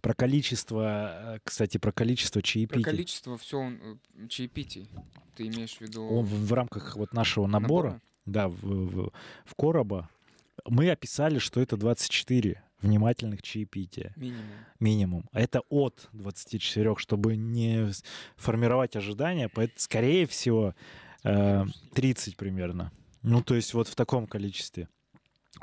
[SPEAKER 1] Про количество, э, кстати, про количество
[SPEAKER 2] Про
[SPEAKER 1] чаепитий.
[SPEAKER 2] количество все чаепитий. Ты имеешь в виду
[SPEAKER 1] Он в, в рамках вот нашего набора, да, в, в- в короба, мы описали, что это 24 внимательных чаепития
[SPEAKER 2] Минимум.
[SPEAKER 1] минимум. А Это от 24, чтобы не с- формировать ожидания, поэтому, скорее всего, э, 30 примерно. Ну, то есть вот в таком количестве.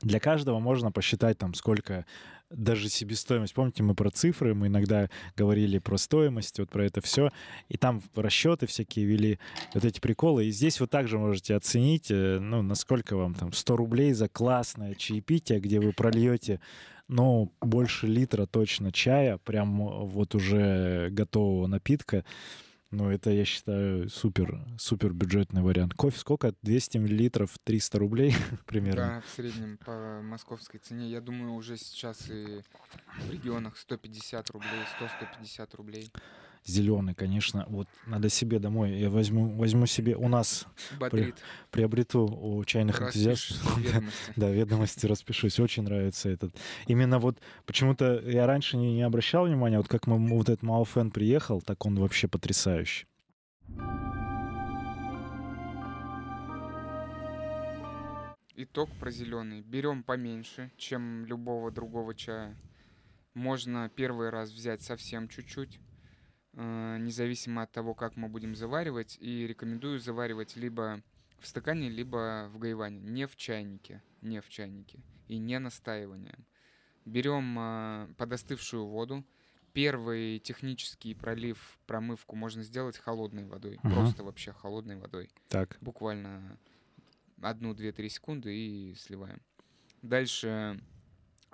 [SPEAKER 1] Для каждого можно посчитать там сколько даже себестоимость. Помните, мы про цифры, мы иногда говорили про стоимость, вот про это все. И там расчеты всякие вели, вот эти приколы. И здесь вы также можете оценить, э, ну, насколько вам там 100 рублей за классное чаепитие, где вы прольете, ну, больше литра точно чая, прям э, вот уже готового напитка. Ну, это, я считаю, супер, супер бюджетный вариант. Кофе сколько? 200 миллилитров, 300 рублей примерно.
[SPEAKER 2] Да, в среднем по московской цене, я думаю, уже сейчас и в регионах 150 рублей, 100-150 рублей.
[SPEAKER 1] Зеленый, конечно. Вот надо себе домой. Я возьму, возьму себе. У нас
[SPEAKER 2] Бодрит.
[SPEAKER 1] приобрету у чайных энтузиастов.
[SPEAKER 2] Распишешься в ведомости.
[SPEAKER 1] Да, ведомости распишусь. Очень нравится этот. Именно вот почему-то я раньше не, не обращал внимания, вот как мы, вот этот Малфен приехал, так он вообще потрясающий.
[SPEAKER 2] Итог про зеленый. Берем поменьше, чем любого другого чая. Можно первый раз взять совсем чуть-чуть, э, независимо от того, как мы будем заваривать. И рекомендую заваривать либо в стакане, либо в гайване. Не в чайнике. Не в чайнике. И не настаиванием. Берем э, подостывшую воду. Первый технический пролив, промывку можно сделать холодной водой.
[SPEAKER 1] Мгм.
[SPEAKER 2] Просто вообще холодной водой
[SPEAKER 1] Так.
[SPEAKER 2] буквально одну, две, три секунды и сливаем. Дальше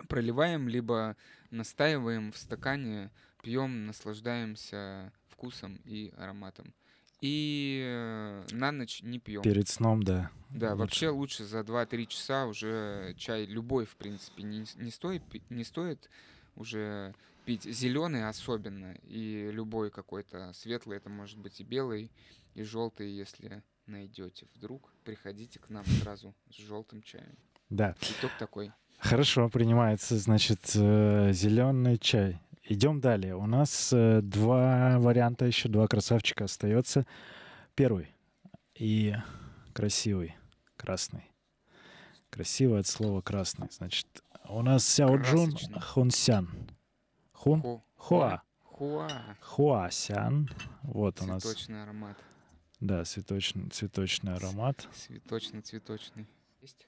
[SPEAKER 2] проливаем, либо настаиваем в стакане, пьем, наслаждаемся вкусом и ароматом. И э, на ночь не пьем.
[SPEAKER 1] Перед сном, да.
[SPEAKER 2] Да,
[SPEAKER 1] лучше.
[SPEAKER 2] вообще лучше за 2-3 часа уже чай любой, в принципе, не, с- не, стоит, пи- не стоит уже пить. Зеленый особенно, и любой какой-то светлый, это может быть и белый, и желтый, если найдете вдруг, приходите к нам сразу с желтым чаем.
[SPEAKER 1] Да.
[SPEAKER 2] Итог такой.
[SPEAKER 1] Хорошо, принимается, значит, зеленый чай. Идем далее. У нас э, два варианта еще, два красавчика остается. Первый и красивый, красный. Красивый от слова красный. Значит, у нас Сяо Джун
[SPEAKER 2] Красочный.
[SPEAKER 1] Хунсян. Хун?
[SPEAKER 2] Хо-
[SPEAKER 1] Хуа.
[SPEAKER 2] Хуа.
[SPEAKER 1] Хуасян. Вот у нас.
[SPEAKER 2] Цветочный аромат.
[SPEAKER 1] Да, цветочный, цветочный аромат.
[SPEAKER 2] Цветочно-цветочный. Есть?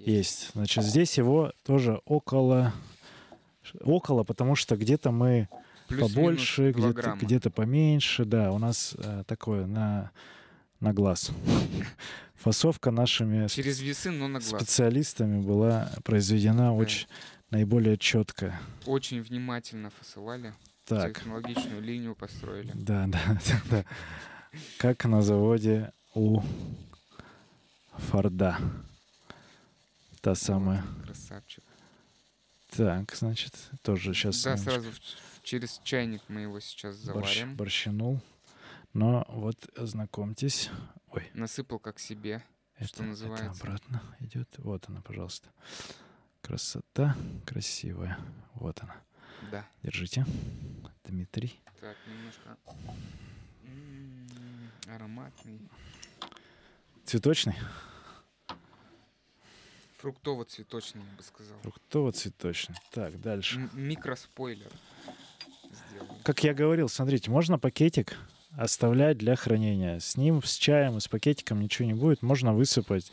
[SPEAKER 1] Есть. Значит, здесь его тоже около... Около, потому что где-то мы
[SPEAKER 2] Плюс-минус
[SPEAKER 1] побольше,
[SPEAKER 2] 2
[SPEAKER 1] где-то,
[SPEAKER 2] грамма.
[SPEAKER 1] где-то поменьше. Да, у нас э, такое на, на глаз. Фасовка нашими сп-
[SPEAKER 2] Через весы, но на глаз.
[SPEAKER 1] специалистами была произведена очень наиболее четко.
[SPEAKER 2] Очень внимательно фасовали.
[SPEAKER 1] Так,
[SPEAKER 2] Технологичную линию построили.
[SPEAKER 1] да, да, да, да. Как на заводе у Форда. Та самая.
[SPEAKER 2] Красавчик.
[SPEAKER 1] Так, значит, тоже сейчас
[SPEAKER 2] да, сразу в- через чайник мы его сейчас заварим.
[SPEAKER 1] борщинул. Но вот знакомьтесь. Ой,
[SPEAKER 2] Насыпал как себе.
[SPEAKER 1] Это,
[SPEAKER 2] Что
[SPEAKER 1] это
[SPEAKER 2] называется.
[SPEAKER 1] обратно идет. Вот она, пожалуйста. Красота красивая. Вот она.
[SPEAKER 2] Да.
[SPEAKER 1] Держите. Дмитрий.
[SPEAKER 2] Так, немножко. М, Ароматный.
[SPEAKER 1] Цветочный?
[SPEAKER 2] Фруктово-цветочный, я бы сказал.
[SPEAKER 1] Фруктово-цветочный. Так, дальше.
[SPEAKER 2] М- Микроспойлер. Сделаем.
[SPEAKER 1] Как я говорил, смотрите, можно пакетик оставлять для хранения. С ним, с чаем и с пакетиком ничего не будет. Можно высыпать,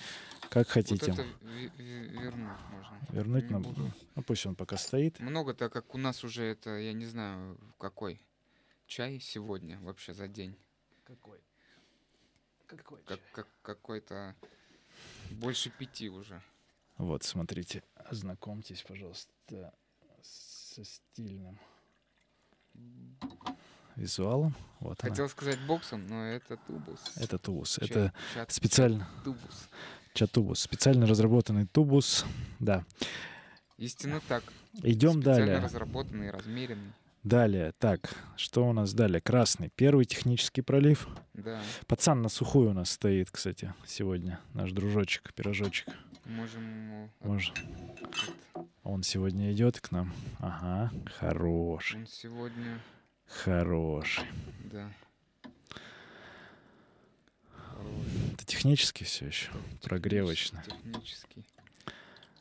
[SPEAKER 1] как
[SPEAKER 2] Вот
[SPEAKER 1] хотите.
[SPEAKER 2] это ве- ве- вернуть можно.
[SPEAKER 1] Вернуть
[SPEAKER 2] не
[SPEAKER 1] на...
[SPEAKER 2] буду.
[SPEAKER 1] Ну, пусть он пока стоит.
[SPEAKER 2] Много, так как у нас уже это, я не знаю, какой чай сегодня вообще за день.
[SPEAKER 1] Какой? Какой
[SPEAKER 2] Как, как какой-то больше пяти уже.
[SPEAKER 1] Вот, смотрите. Ознакомьтесь, пожалуйста, со стильным визуалом. Вот она.
[SPEAKER 2] Хотел сказать боксом, но это тубус.
[SPEAKER 1] Это тубус.
[SPEAKER 2] Чай-
[SPEAKER 1] Это
[SPEAKER 2] чат-
[SPEAKER 1] специально...
[SPEAKER 2] тубус.
[SPEAKER 1] Чатубус. Специально разработанный тубус. Да.
[SPEAKER 2] Истинно так.
[SPEAKER 1] Идем
[SPEAKER 2] специально
[SPEAKER 1] далее.
[SPEAKER 2] разработанный, размеренный.
[SPEAKER 1] Далее. Так, что у нас далее? Красный. Первый технический пролив.
[SPEAKER 2] Да,
[SPEAKER 1] Пацан на сухую у нас стоит, кстати, сегодня. Наш дружочек, пирожочек.
[SPEAKER 2] можем ему...
[SPEAKER 1] Может,
[SPEAKER 2] вот,
[SPEAKER 1] он сегодня идет к нам. Ага, хороший.
[SPEAKER 2] Он сегодня...
[SPEAKER 1] Хороший.
[SPEAKER 2] Да.
[SPEAKER 1] Это технически все еще. Прогревочно.
[SPEAKER 2] Технический.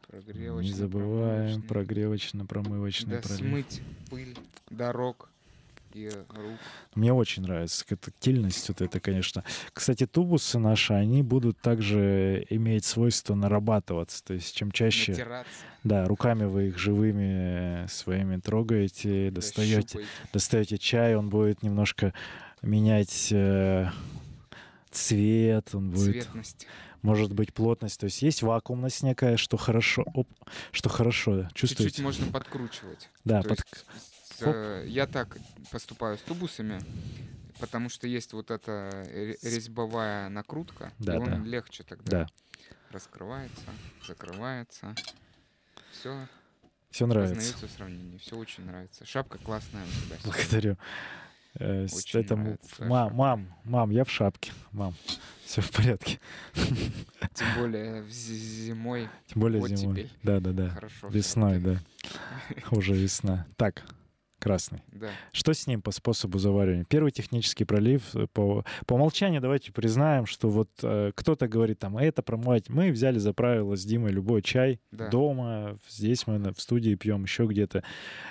[SPEAKER 2] Прогревочный.
[SPEAKER 1] Не забываем
[SPEAKER 2] промывочный.
[SPEAKER 1] прогревочно-промывочный
[SPEAKER 2] Да,
[SPEAKER 1] пролив.
[SPEAKER 2] смыть пыль дорог и рук.
[SPEAKER 1] Мне очень нравится эта тильность, вот это, конечно. Кстати, тубусы наши, они будут также иметь свойство нарабатываться. То есть чем чаще,
[SPEAKER 2] Натираться,
[SPEAKER 1] да, руками вы их живыми э, своими трогаете,
[SPEAKER 2] да,
[SPEAKER 1] достаете,
[SPEAKER 2] щупать.
[SPEAKER 1] достаете чай, он будет немножко менять э, цвет, он будет,
[SPEAKER 2] Цветность.
[SPEAKER 1] может быть, плотность. То есть есть вакуумность некая, что хорошо, оп, что хорошо, чувствуете?
[SPEAKER 2] Чуть-чуть можно подкручивать.
[SPEAKER 1] да,
[SPEAKER 2] то
[SPEAKER 1] под-
[SPEAKER 2] С, э, Я так поступаю с тубусами, потому что есть вот эта ре- резьбовая накрутка,
[SPEAKER 1] Да,
[SPEAKER 2] и он
[SPEAKER 1] да.
[SPEAKER 2] легче тогда
[SPEAKER 1] да,
[SPEAKER 2] раскрывается, закрывается. Все
[SPEAKER 1] все нравится.
[SPEAKER 2] познается в сравнении, все очень нравится. Шапка классная у тебя. сегодня.
[SPEAKER 1] Благодарю. Э, с-
[SPEAKER 2] Очень
[SPEAKER 1] это м-
[SPEAKER 2] нравится
[SPEAKER 1] ф-
[SPEAKER 2] твоя
[SPEAKER 1] ма-
[SPEAKER 2] шапка.
[SPEAKER 1] мам, мам, я в шапке. Мам, все в порядке.
[SPEAKER 2] Тем более в зи- зимой
[SPEAKER 1] Тем более
[SPEAKER 2] Вот
[SPEAKER 1] зимой.
[SPEAKER 2] теперь.
[SPEAKER 1] Да, да, да.
[SPEAKER 2] хорошо. всё
[SPEAKER 1] Весной,
[SPEAKER 2] работает.
[SPEAKER 1] да. Уже весна. Так, красный.
[SPEAKER 2] Да.
[SPEAKER 1] Что с ним по способу заваривания? Первый технический пролив э, по, по умолчанию давайте признаем, что вот э, кто-то говорит там это промывать. Мы взяли за правило с Димой любой чай
[SPEAKER 2] Да.
[SPEAKER 1] дома, здесь мы на- в студии пьем, еще где-то.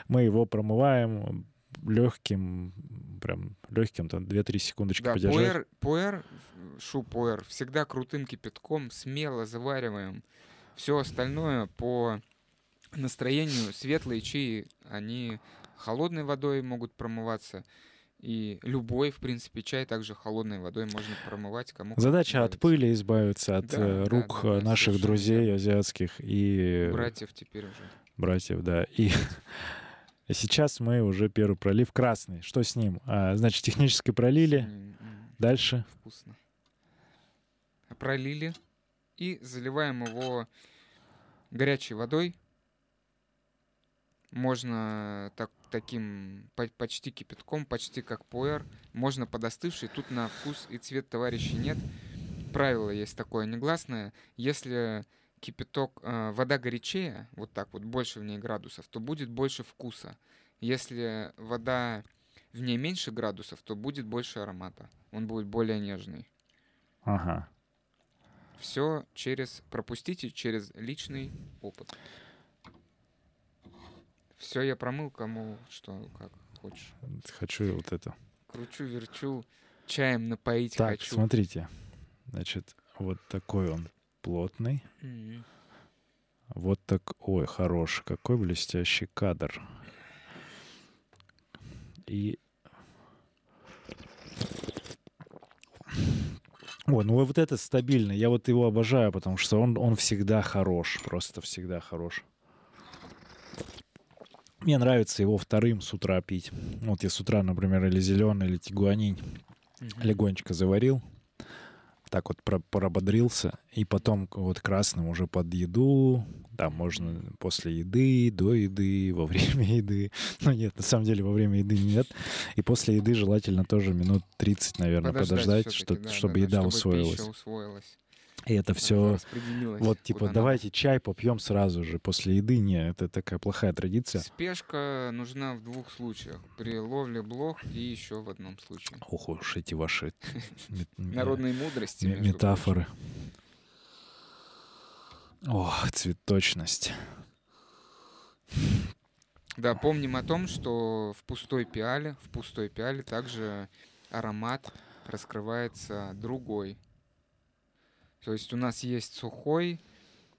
[SPEAKER 1] Мы его промываем легким, прям легким, там 2-3 секундочки
[SPEAKER 2] Да,
[SPEAKER 1] подержать.
[SPEAKER 2] пуэр, пуэр, э, шу пуэр, всегда крутым кипятком, смело завариваем. Все остальное по настроению. Светлые чаи, они холодной водой могут промываться. И любой, в принципе, чай также холодной водой можно промывать кому как
[SPEAKER 1] Задача от
[SPEAKER 2] нравится.
[SPEAKER 1] пыли избавиться от
[SPEAKER 2] Да,
[SPEAKER 1] э,
[SPEAKER 2] да,
[SPEAKER 1] рук
[SPEAKER 2] да,
[SPEAKER 1] э,
[SPEAKER 2] да,
[SPEAKER 1] наших
[SPEAKER 2] совершенно
[SPEAKER 1] друзей азиатских и э,
[SPEAKER 2] Братьев теперь уже.
[SPEAKER 1] братьев, да. И сейчас мы уже первый пролив красный. Что с ним? А, значит, технически пролили.
[SPEAKER 2] М, м,
[SPEAKER 1] Дальше
[SPEAKER 2] Вкусно. Пролили и заливаем его горячей водой. Можно так, таким по- почти кипятком, почти как пуэр. Можно подостывший. Тут на вкус и цвет товарищей нет. Правило есть такое негласное. Если кипяток, э, вода горячее, вот так вот, больше в ней градусов, то будет больше вкуса. Если вода в ней меньше градусов, то будет больше аромата. Он будет более нежный.
[SPEAKER 1] Ага.
[SPEAKER 2] Все через пропустите через личный опыт. Все я промыл, кому что, как хочешь.
[SPEAKER 1] Хочу вот это.
[SPEAKER 2] Кручу, верчу, чаем напоить
[SPEAKER 1] Так,
[SPEAKER 2] хочу.
[SPEAKER 1] смотрите. Значит, вот такой он плотный.
[SPEAKER 2] М.
[SPEAKER 1] Вот так... Ой, хороший. Какой блестящий кадр. И... Ой, ну вот этот стабильный. Я вот его обожаю, потому что он, он всегда хорош. Просто всегда хорош. Мне нравится его вторым с утра пить. Вот я с утра, например, или зеленый, или тигуанин
[SPEAKER 2] Мгм.
[SPEAKER 1] легонечко заварил, так вот про- прободрился, и потом к- вот красным уже под еду, да, можно после еды, до еды, во время еды. Ну нет, на самом деле во время еды нет. И после еды желательно тоже минут 30, наверное, подождать,
[SPEAKER 2] всё-таки,
[SPEAKER 1] чтоб-
[SPEAKER 2] да,
[SPEAKER 1] чтобы
[SPEAKER 2] да, да,
[SPEAKER 1] еда
[SPEAKER 2] чтобы
[SPEAKER 1] усвоилась.
[SPEAKER 2] пища усвоилась.
[SPEAKER 1] И это
[SPEAKER 2] она
[SPEAKER 1] все...
[SPEAKER 2] распределилась
[SPEAKER 1] Вот
[SPEAKER 2] куда
[SPEAKER 1] типа,
[SPEAKER 2] надо.
[SPEAKER 1] давайте чай попьем сразу же после еды. Не, это такая плохая традиция.
[SPEAKER 2] Спешка нужна в двух случаях. При ловле блох и еще в одном случае.
[SPEAKER 1] Ох уж эти ваши мет-
[SPEAKER 2] Народные мудрости.
[SPEAKER 1] Ме-
[SPEAKER 2] между
[SPEAKER 1] метафоры. Ох, цветочность.
[SPEAKER 2] Да, помним о том, что в пустой пиале, в пустой пиале также аромат раскрывается другой. То есть у нас есть сухой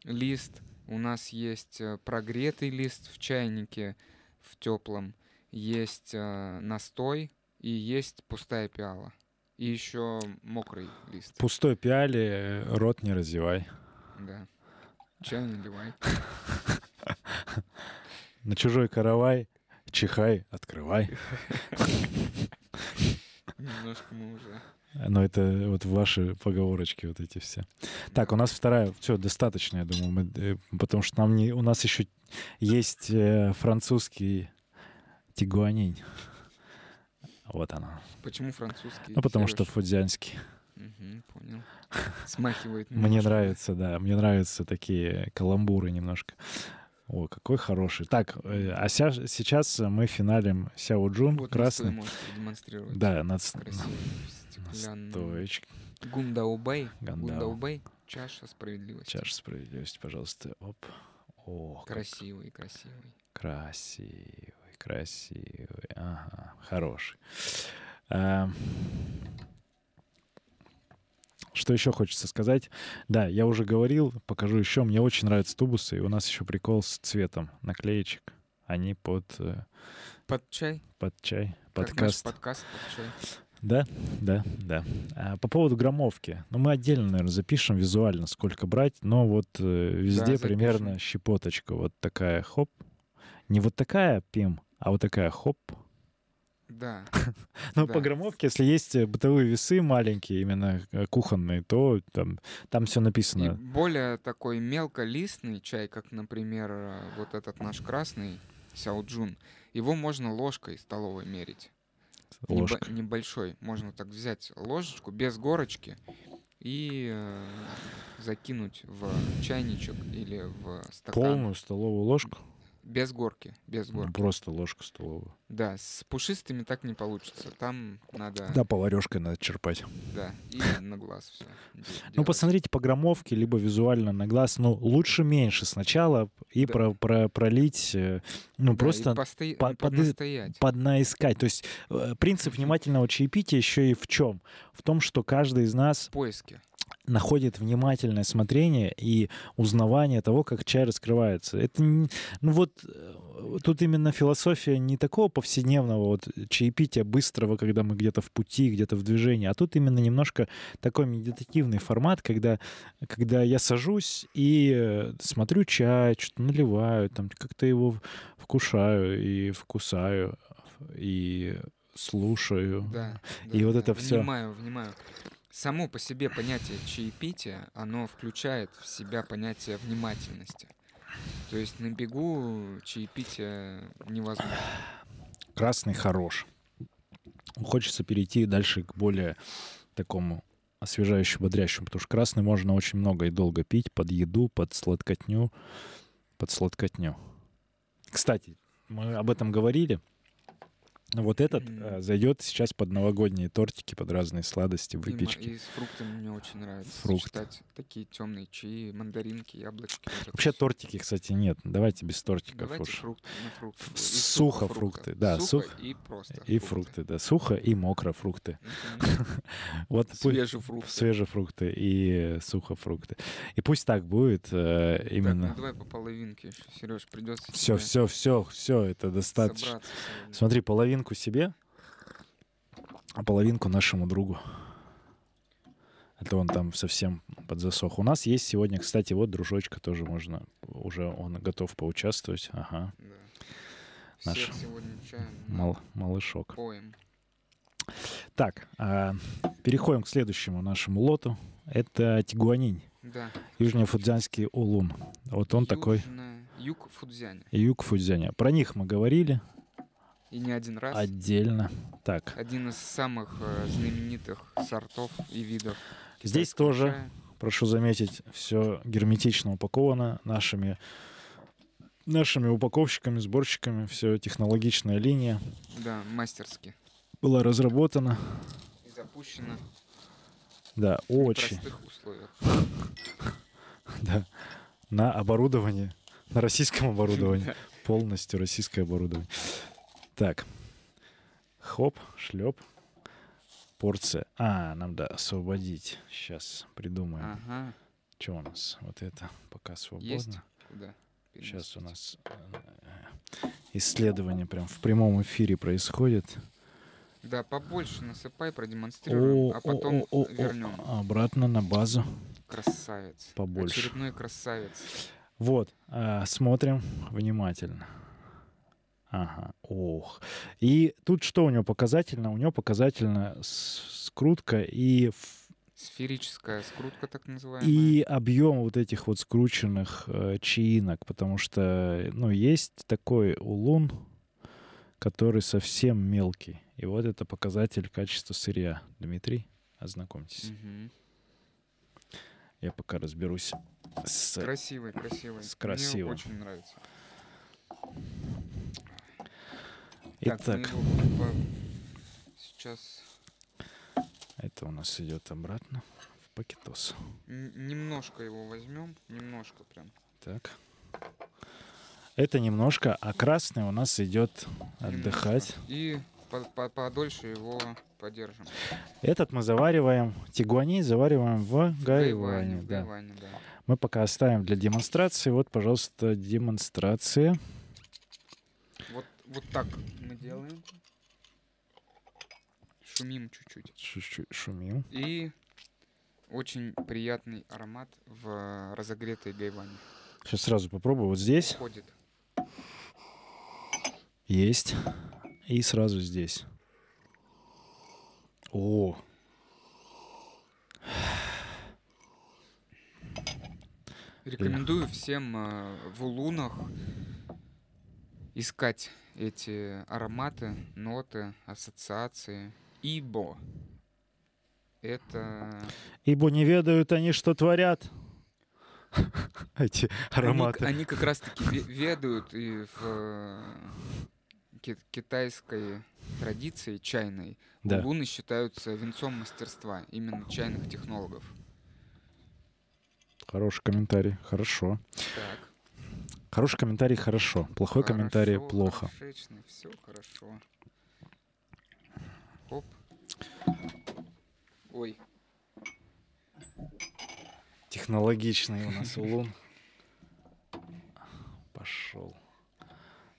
[SPEAKER 2] лист, у нас есть э, прогретый лист в чайнике в теплом, есть э, настой и есть пустая пиала. И еще мокрый лист.
[SPEAKER 1] В пустой пиале э, рот не разевай.
[SPEAKER 2] Да. Чай наливай.
[SPEAKER 1] На чужой каравай чихай, открывай.
[SPEAKER 2] Немножко мы уже.
[SPEAKER 1] Но это вот ваши поговорочки вот эти все. Так,
[SPEAKER 2] да.
[SPEAKER 1] у нас вторая. Все, достаточно, я думаю. мы, э, потому что нам не, у нас еще есть э, французский тигуанин. Вот она.
[SPEAKER 2] Почему французский?
[SPEAKER 1] Ну, потому что
[SPEAKER 2] Серёж?
[SPEAKER 1] фудзянский.
[SPEAKER 2] Мгм, понял. Смахивает.
[SPEAKER 1] Мне
[SPEAKER 2] немножко.
[SPEAKER 1] нравятся, да, мне нравятся такие каламбуры немножко. О, какой хороший. Так, э, а ся- сейчас мы финалим Сяо Джун,
[SPEAKER 2] Вот настой
[SPEAKER 1] красный.
[SPEAKER 2] можешь продемонстрировать.
[SPEAKER 1] Да, над с-
[SPEAKER 2] Красиво. Стеклянный.
[SPEAKER 1] настоечка.
[SPEAKER 2] Гундаубай.
[SPEAKER 1] Гандау.
[SPEAKER 2] Гундаубай. Чаша справедливости.
[SPEAKER 1] Чаша справедливости, пожалуйста. Оп. О, как
[SPEAKER 2] Красивый, красивый.
[SPEAKER 1] красивый, Красивый. Ага, хороший. А, Что еще хочется сказать? Да, я уже говорил, покажу еще. Мне очень нравятся тубусы, и у нас еще прикол с цветом наклеечек. Они под, э,
[SPEAKER 2] Под чай.
[SPEAKER 1] под чай,
[SPEAKER 2] Как наш
[SPEAKER 1] подкаст.
[SPEAKER 2] подкаст под чай.
[SPEAKER 1] Да, да, да. А, по поводу громовки. Ну, мы отдельно, наверное, запишем визуально, сколько брать, но вот э, везде
[SPEAKER 2] запишем.
[SPEAKER 1] примерно щепоточка. Вот такая хоп. Не вот такая пим, а вот такая хоп.
[SPEAKER 2] Да.
[SPEAKER 1] Но по
[SPEAKER 2] Да.
[SPEAKER 1] громовке, если есть э, бытовые весы маленькие, именно э, кухонные, то там, там все
[SPEAKER 2] И
[SPEAKER 1] написано.
[SPEAKER 2] более такой мелколистный чай, как, например, э, вот этот наш красный сяоджун, его можно ложкой столовой мерить. Небо-
[SPEAKER 1] Ложка.
[SPEAKER 2] небольшой. Можно так взять ложечку без горочки и э, закинуть в чайничек или в стакан.
[SPEAKER 1] Полную столовую ложку.
[SPEAKER 2] Без горки, без
[SPEAKER 1] Ну,
[SPEAKER 2] горки.
[SPEAKER 1] просто ложку столовую.
[SPEAKER 2] Да, с пушистыми так не получится. Там надо, да,
[SPEAKER 1] Да, поварешкой надо черпать.
[SPEAKER 2] и на глаз все.
[SPEAKER 1] Ну, посмотрите по громовке, либо визуально на глаз. Ну, лучше меньше сначала и
[SPEAKER 2] Да.
[SPEAKER 1] про, про- пролить, э, ну, просто по- под-
[SPEAKER 2] поднастоять.
[SPEAKER 1] поднаискать. То есть э, принцип внимательного чаепития еще и в чем? В том, что каждый из нас
[SPEAKER 2] В поиске.
[SPEAKER 1] находит внимательное смотрение и узнавание того, как чай раскрывается. Это, не- ну вот, э, тут именно философия не такого повседневного вот чаепития быстрого, когда мы где-то в пути, где-то в движении, а тут именно немножко такой медитативный формат, когда, когда я сажусь и э, смотрю чай, что-то наливаю, там как-то его в- вкушаю и вкусаю и слушаю.
[SPEAKER 2] Да.
[SPEAKER 1] И
[SPEAKER 2] да,
[SPEAKER 1] вот
[SPEAKER 2] да.
[SPEAKER 1] это всё.
[SPEAKER 2] Внимаю, внимаю. Само по себе понятие чаепития, оно включает в себя понятие внимательности. То есть на бегу чаепитие невозможно.
[SPEAKER 1] красный хорош. Хочется перейти дальше к более такому освежающему, бодрящему, потому что красный можно очень много и долго пить под еду, под сладкотню, под сладкотню. Кстати, мы об этом говорили. Но Вот этот
[SPEAKER 2] Мгм.
[SPEAKER 1] э, зайдет сейчас под новогодние тортики, под разные сладости,
[SPEAKER 2] И ма-
[SPEAKER 1] выпечки.
[SPEAKER 2] И, с фруктами мне очень нравится
[SPEAKER 1] Фрукты.
[SPEAKER 2] сочетать такие темные чаи, мандаринки, яблочки. вот это
[SPEAKER 1] Вообще
[SPEAKER 2] всё.
[SPEAKER 1] тортики, кстати, нет. Давайте без тортиков
[SPEAKER 2] Давайте
[SPEAKER 1] уж.
[SPEAKER 2] фрукты на фрукты.
[SPEAKER 1] Ф-
[SPEAKER 2] И
[SPEAKER 1] сухо фрукты, да,
[SPEAKER 2] Сухо
[SPEAKER 1] сухо.
[SPEAKER 2] и просто.
[SPEAKER 1] И фрукты, да. Сухо и мокро фрукты.
[SPEAKER 2] Ну, конечно,
[SPEAKER 1] Вот пу-
[SPEAKER 2] Свежие фрукты.
[SPEAKER 1] свежефрукты и э, сухофрукты. И пусть так будет э,
[SPEAKER 2] Так, ну
[SPEAKER 1] именно.
[SPEAKER 2] давай по половинке еще, Сереж, придется
[SPEAKER 1] Все, все, все, все, это достаточно. Смотри, половинку себе, а половинку нашему другу. А то он там совсем подзасох. У нас есть сегодня, кстати, вот дружочка тоже можно. Уже он готов поучаствовать. Ага,
[SPEAKER 2] Да.
[SPEAKER 1] Наш
[SPEAKER 2] Всех сегодня чаем
[SPEAKER 1] мал- малышок.
[SPEAKER 2] напоим.
[SPEAKER 1] Так, а, переходим к следующему нашему лоту. Это тигуанинь,
[SPEAKER 2] Да.
[SPEAKER 1] южнофудзянский улун. Вот он такой
[SPEAKER 2] Южная- Юг Фудзяня.
[SPEAKER 1] и юг Фудзяня. Про них мы говорили
[SPEAKER 2] И не один раз.
[SPEAKER 1] отдельно. Так,
[SPEAKER 2] Один из самых э, знаменитых сортов и видов.
[SPEAKER 1] Здесь
[SPEAKER 2] китайского
[SPEAKER 1] тоже
[SPEAKER 2] чая.
[SPEAKER 1] прошу заметить, все герметично упаковано нашими нашими упаковщиками, сборщиками. Все технологичная линия
[SPEAKER 2] Да, мастерски.
[SPEAKER 1] была разработана.
[SPEAKER 2] И запущено
[SPEAKER 1] Да,
[SPEAKER 2] в
[SPEAKER 1] очень.
[SPEAKER 2] простых условиях.
[SPEAKER 1] Да. На оборудовании, на российском оборудовании.
[SPEAKER 2] Да.
[SPEAKER 1] Полностью российское оборудование. Так. Хоп, шлеп. Порция. А, нам да, освободить. Сейчас придумаем.
[SPEAKER 2] Ага.
[SPEAKER 1] Что у нас? Вот это пока свободно.
[SPEAKER 2] Есть? Куда?
[SPEAKER 1] Сейчас у
[SPEAKER 2] переместить?
[SPEAKER 1] нас э, исследование прям в прямом эфире происходит.
[SPEAKER 2] Да, побольше насыпай, продемонстрируем, а потом
[SPEAKER 1] о, о, о,
[SPEAKER 2] вернем.
[SPEAKER 1] Обратно на базу.
[SPEAKER 2] Красавец.
[SPEAKER 1] Побольше.
[SPEAKER 2] Очередной красавец.
[SPEAKER 1] Вот, а, смотрим внимательно. Ага, ох. И тут что у него показательно? У него показательно с- скрутка и, ф-
[SPEAKER 2] Сферическая скрутка, так называемая.
[SPEAKER 1] и объем вот этих вот скрученных э, чаинок, потому что, ну, есть такой улун, который совсем мелкий. И вот это показатель качества сырья. Дмитрий, ознакомьтесь.
[SPEAKER 2] Мгм.
[SPEAKER 1] Я пока разберусь с
[SPEAKER 2] Красивый, красивый.
[SPEAKER 1] с красивым.
[SPEAKER 2] Мне очень нравится.
[SPEAKER 1] Итак,
[SPEAKER 2] Так, мы его по- сейчас
[SPEAKER 1] это у нас идет обратно в пакетос.
[SPEAKER 2] н- немножко его возьмем, немножко прям.
[SPEAKER 1] Так. Это немножко, а красный у нас идет отдыхать.
[SPEAKER 2] И по- по- подольше его подержим.
[SPEAKER 1] Этот мы завариваем, тигуани завариваем в
[SPEAKER 2] Гайване,
[SPEAKER 1] гайване.
[SPEAKER 2] в
[SPEAKER 1] да.
[SPEAKER 2] Гайване, да.
[SPEAKER 1] Мы пока оставим для демонстрации. Вот, пожалуйста, демонстрация.
[SPEAKER 2] Вот, вот так мы делаем. Шумим чуть-чуть.
[SPEAKER 1] Чуть-чуть шумим.
[SPEAKER 2] И очень приятный аромат в разогретой гайване.
[SPEAKER 1] Сейчас сразу попробую. Вот здесь
[SPEAKER 2] Ходит.
[SPEAKER 1] есть. И сразу здесь. О!
[SPEAKER 2] Рекомендую всем э, в улунах искать эти ароматы, ноты, ассоциации. Ибо это
[SPEAKER 1] Ибо не ведают они, что творят. Эти
[SPEAKER 2] Они к-
[SPEAKER 1] ароматы.
[SPEAKER 2] Они, как раз-таки ве- ведают и в э, ки- китайской традиции чайной
[SPEAKER 1] Да.
[SPEAKER 2] луны считаются венцом мастерства именно чайных технологов.
[SPEAKER 1] Хороший комментарий. Хорошо.
[SPEAKER 2] Так.
[SPEAKER 1] Хороший комментарий хорошо. Плохой комментарий
[SPEAKER 2] хорошо,
[SPEAKER 1] плохо.
[SPEAKER 2] хорошечно, все хорошо. Оп. Ой,
[SPEAKER 1] Технологичный у нас улун. Пошел.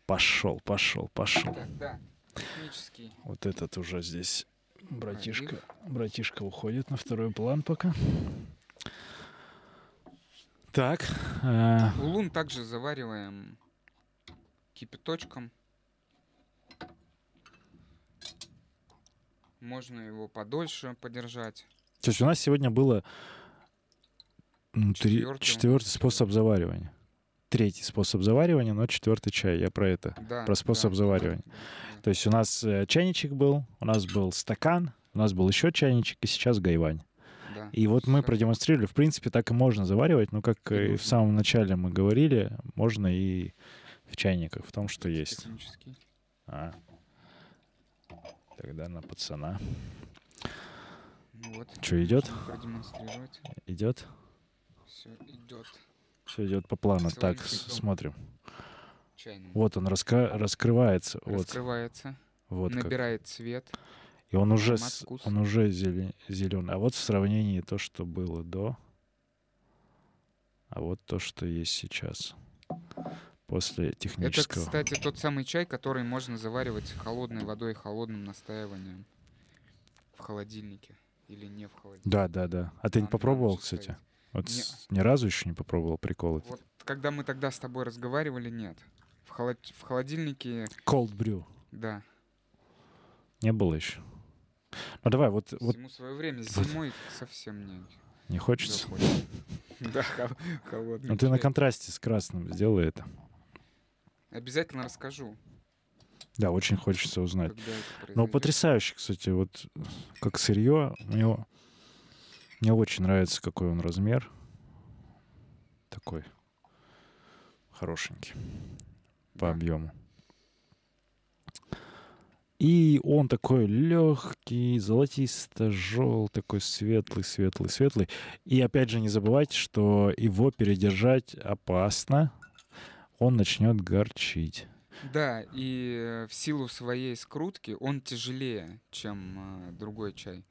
[SPEAKER 1] Пошел, пошел, пошел.
[SPEAKER 2] так, да. Технический.
[SPEAKER 1] Вот этот уже здесь братишка. Братишка уходит на второй план пока. Так. э,
[SPEAKER 2] Улун также завариваем кипяточком. Можно его подольше подержать.
[SPEAKER 1] То есть у нас сегодня было м, три-
[SPEAKER 2] Четвёртый у
[SPEAKER 1] четвертый
[SPEAKER 2] нас.
[SPEAKER 1] способ заваривания. Третий способ заваривания, но четвертый чай. Я про это.
[SPEAKER 2] Да,
[SPEAKER 1] Про способ
[SPEAKER 2] да,
[SPEAKER 1] заваривания.
[SPEAKER 2] да, да.
[SPEAKER 1] То есть у нас э, чайничек был, у нас был стакан, у нас был еще чайничек, и сейчас гайвань.
[SPEAKER 2] Да.
[SPEAKER 1] И вот мы
[SPEAKER 2] Всё.
[SPEAKER 1] продемонстрировали, в принципе, так и можно заваривать, но как
[SPEAKER 2] И
[SPEAKER 1] э, и в
[SPEAKER 2] нужно.
[SPEAKER 1] самом начале мы говорили, можно и в чайниках, в том, что есть.
[SPEAKER 2] Технический.
[SPEAKER 1] А. Тогда на пацана.
[SPEAKER 2] Ну вот.
[SPEAKER 1] Что, идет?
[SPEAKER 2] можно Продемонстрировать.
[SPEAKER 1] Идет?
[SPEAKER 2] Все идет
[SPEAKER 1] Все идет по плану.
[SPEAKER 2] Своим
[SPEAKER 1] Так, с-
[SPEAKER 2] путём.
[SPEAKER 1] смотрим.
[SPEAKER 2] чайным.
[SPEAKER 1] Вот он раска- раскрывается. Вот,
[SPEAKER 2] Раскрывается,
[SPEAKER 1] вот как.
[SPEAKER 2] набирает цвет.
[SPEAKER 1] И он уже,
[SPEAKER 2] аромат,
[SPEAKER 1] с-
[SPEAKER 2] вкус.
[SPEAKER 1] он уже зеленый. А вот в сравнении то, что было до, а вот то, что есть сейчас. После
[SPEAKER 2] Это,
[SPEAKER 1] технического.
[SPEAKER 2] кстати, тот самый чай, который можно заваривать холодной водой, холодным настаиванием в холодильнике или не в холодильнике.
[SPEAKER 1] Да, да, да. А ты не
[SPEAKER 2] Там
[SPEAKER 1] попробовал,
[SPEAKER 2] лучше
[SPEAKER 1] кстати?
[SPEAKER 2] ставить.
[SPEAKER 1] Вот
[SPEAKER 2] Не.
[SPEAKER 1] с- ни разу еще не попробовал прикол этот.
[SPEAKER 2] Вот когда мы тогда с тобой разговаривали, нет. В, холод... в холодильнике,
[SPEAKER 1] Cold brew.
[SPEAKER 2] да.
[SPEAKER 1] Не было еще. Ну давай, вот, вот
[SPEAKER 2] Всему свое время.
[SPEAKER 1] Вот.
[SPEAKER 2] Зимой совсем не
[SPEAKER 1] не хочется.
[SPEAKER 2] заходит. Да, хо- холодный.
[SPEAKER 1] Ну ты на
[SPEAKER 2] чай.
[SPEAKER 1] контрасте с красным сделай это.
[SPEAKER 2] Обязательно расскажу,
[SPEAKER 1] Да, очень хочется узнать.
[SPEAKER 2] когда это
[SPEAKER 1] Ну,
[SPEAKER 2] произойдёт.
[SPEAKER 1] потрясающе, кстати, вот как сырье. Мне, мне очень нравится, какой он размер. Такой хорошенький по
[SPEAKER 2] Да.
[SPEAKER 1] объему. И он такой легкий, золотисто-желтый, такой светлый, светлый, светлый. И опять же, не забывайте, что его передержать опасно. Он начнет горчить.
[SPEAKER 2] Да, и э, в силу своей скрутки он тяжелее, чем э, другой чай.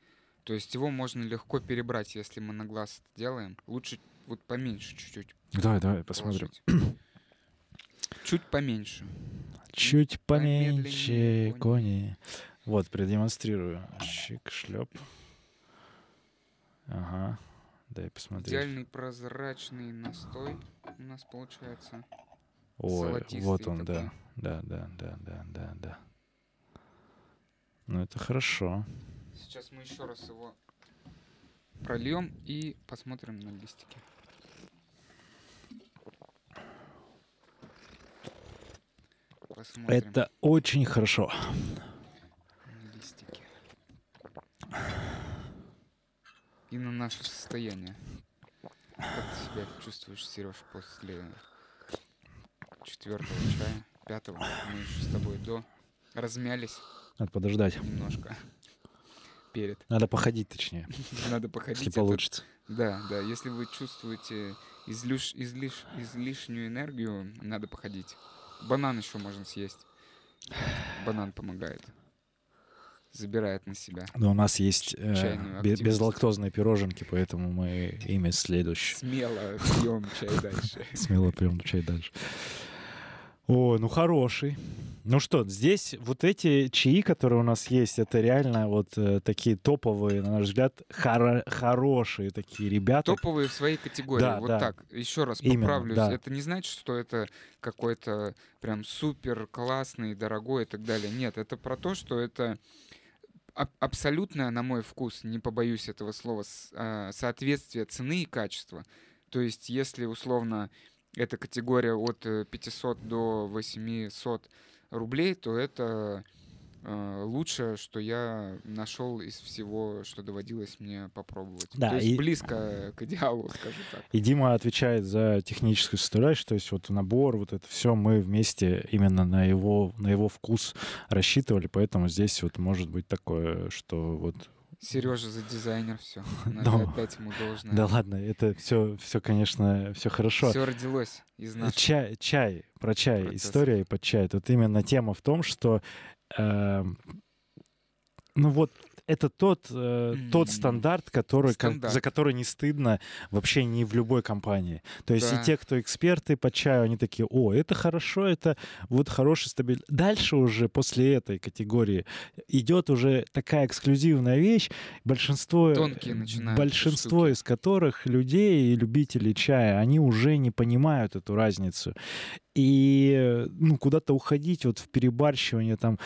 [SPEAKER 2] То есть его можно легко перебрать, если мы на глаз это делаем. Лучше вот поменьше чуть-чуть
[SPEAKER 1] Давай, давай, посмотрим.
[SPEAKER 2] положить. Чуть поменьше.
[SPEAKER 1] Чуть
[SPEAKER 2] помедленнее,
[SPEAKER 1] поменьше,
[SPEAKER 2] кони.
[SPEAKER 1] кони. Вот, продемонстрирую. Щик, шлеп. Ага. Дай посмотреть.
[SPEAKER 2] Идеальный прозрачный настой у нас получается.
[SPEAKER 1] Ой,
[SPEAKER 2] золотистый
[SPEAKER 1] вот он,
[SPEAKER 2] такой.
[SPEAKER 1] да. Да, да, да, да, да, да. Ну, это хорошо.
[SPEAKER 2] Сейчас мы еще раз его прольем и посмотрим на листики. Посмотрим.
[SPEAKER 1] Это очень хорошо.
[SPEAKER 2] на листики. И на наше состояние. Как ты себя чувствуешь, Сереж, после четвертого чая, пятого? Мы еще с тобой до размялись
[SPEAKER 1] Надо подождать.
[SPEAKER 2] немножко перед.
[SPEAKER 1] Надо походить, точнее,
[SPEAKER 2] Надо походить. а
[SPEAKER 1] если
[SPEAKER 2] это
[SPEAKER 1] получится.
[SPEAKER 2] Да, да. Если вы чувствуете излиш, излиш, излишнюю энергию, надо походить. Банан еще можно съесть. Банан помогает. Забирает на себя.
[SPEAKER 1] Но у нас есть э,
[SPEAKER 2] Чайную
[SPEAKER 1] бе-
[SPEAKER 2] активность.
[SPEAKER 1] безлактозные пироженки, поэтому мы ими следующие.
[SPEAKER 2] Смело пьем чай дальше.
[SPEAKER 1] Смело пьем чай дальше. О, ну хороший. Ну что, здесь вот эти чаи, которые у нас есть, это реально вот э, такие топовые, на наш взгляд, хоро- хорошие такие ребята.
[SPEAKER 2] Топовые в своей категории.
[SPEAKER 1] Да,
[SPEAKER 2] вот
[SPEAKER 1] да.
[SPEAKER 2] так. Еще раз
[SPEAKER 1] Именно,
[SPEAKER 2] поправлюсь.
[SPEAKER 1] да.
[SPEAKER 2] Это не значит, что это какой-то прям супер классный, дорогой и так далее. Нет, это про то, что это аб- абсолютное, на мой вкус, не побоюсь этого слова, с- а, соответствие цены и качества. То есть, если условно эта категория от э, 500 до 800 рублей, то это э, лучшее, что я нашел из всего, что доводилось мне попробовать.
[SPEAKER 1] Да,
[SPEAKER 2] То есть
[SPEAKER 1] и-
[SPEAKER 2] близко к идеалу, скажу так.
[SPEAKER 1] И Дима отвечает за техническую составляющую, то есть вот набор, вот это все мы вместе именно на его, на его вкус рассчитывали, поэтому здесь вот может быть такое, что вот
[SPEAKER 2] Сережа за дизайнер, все.
[SPEAKER 1] Да.
[SPEAKER 2] Надо отдать ему должное.
[SPEAKER 1] да ладно, это все, все конечно, все хорошо.
[SPEAKER 2] Все родилось из наших.
[SPEAKER 1] Чай, чай, про чай,
[SPEAKER 2] процессов.
[SPEAKER 1] история и под чай. Тут именно тема в том, что э, ну вот это тот, э, тот
[SPEAKER 2] М.
[SPEAKER 1] стандарт, который, кон-
[SPEAKER 2] Стандарт.
[SPEAKER 1] за который не стыдно вообще ни в любой компании. То есть
[SPEAKER 2] Да.
[SPEAKER 1] и те, кто эксперты по чаю, они такие, о, это хорошо, это вот хороший стабильный. Дальше уже после этой категории идет уже такая эксклюзивная вещь, большинство, э,
[SPEAKER 2] Тонкие начинаются
[SPEAKER 1] большинство
[SPEAKER 2] штуки.
[SPEAKER 1] из которых людей и любителей чая, они уже не понимают эту разницу. И э, ну, куда-то уходить вот в перебарщивание там,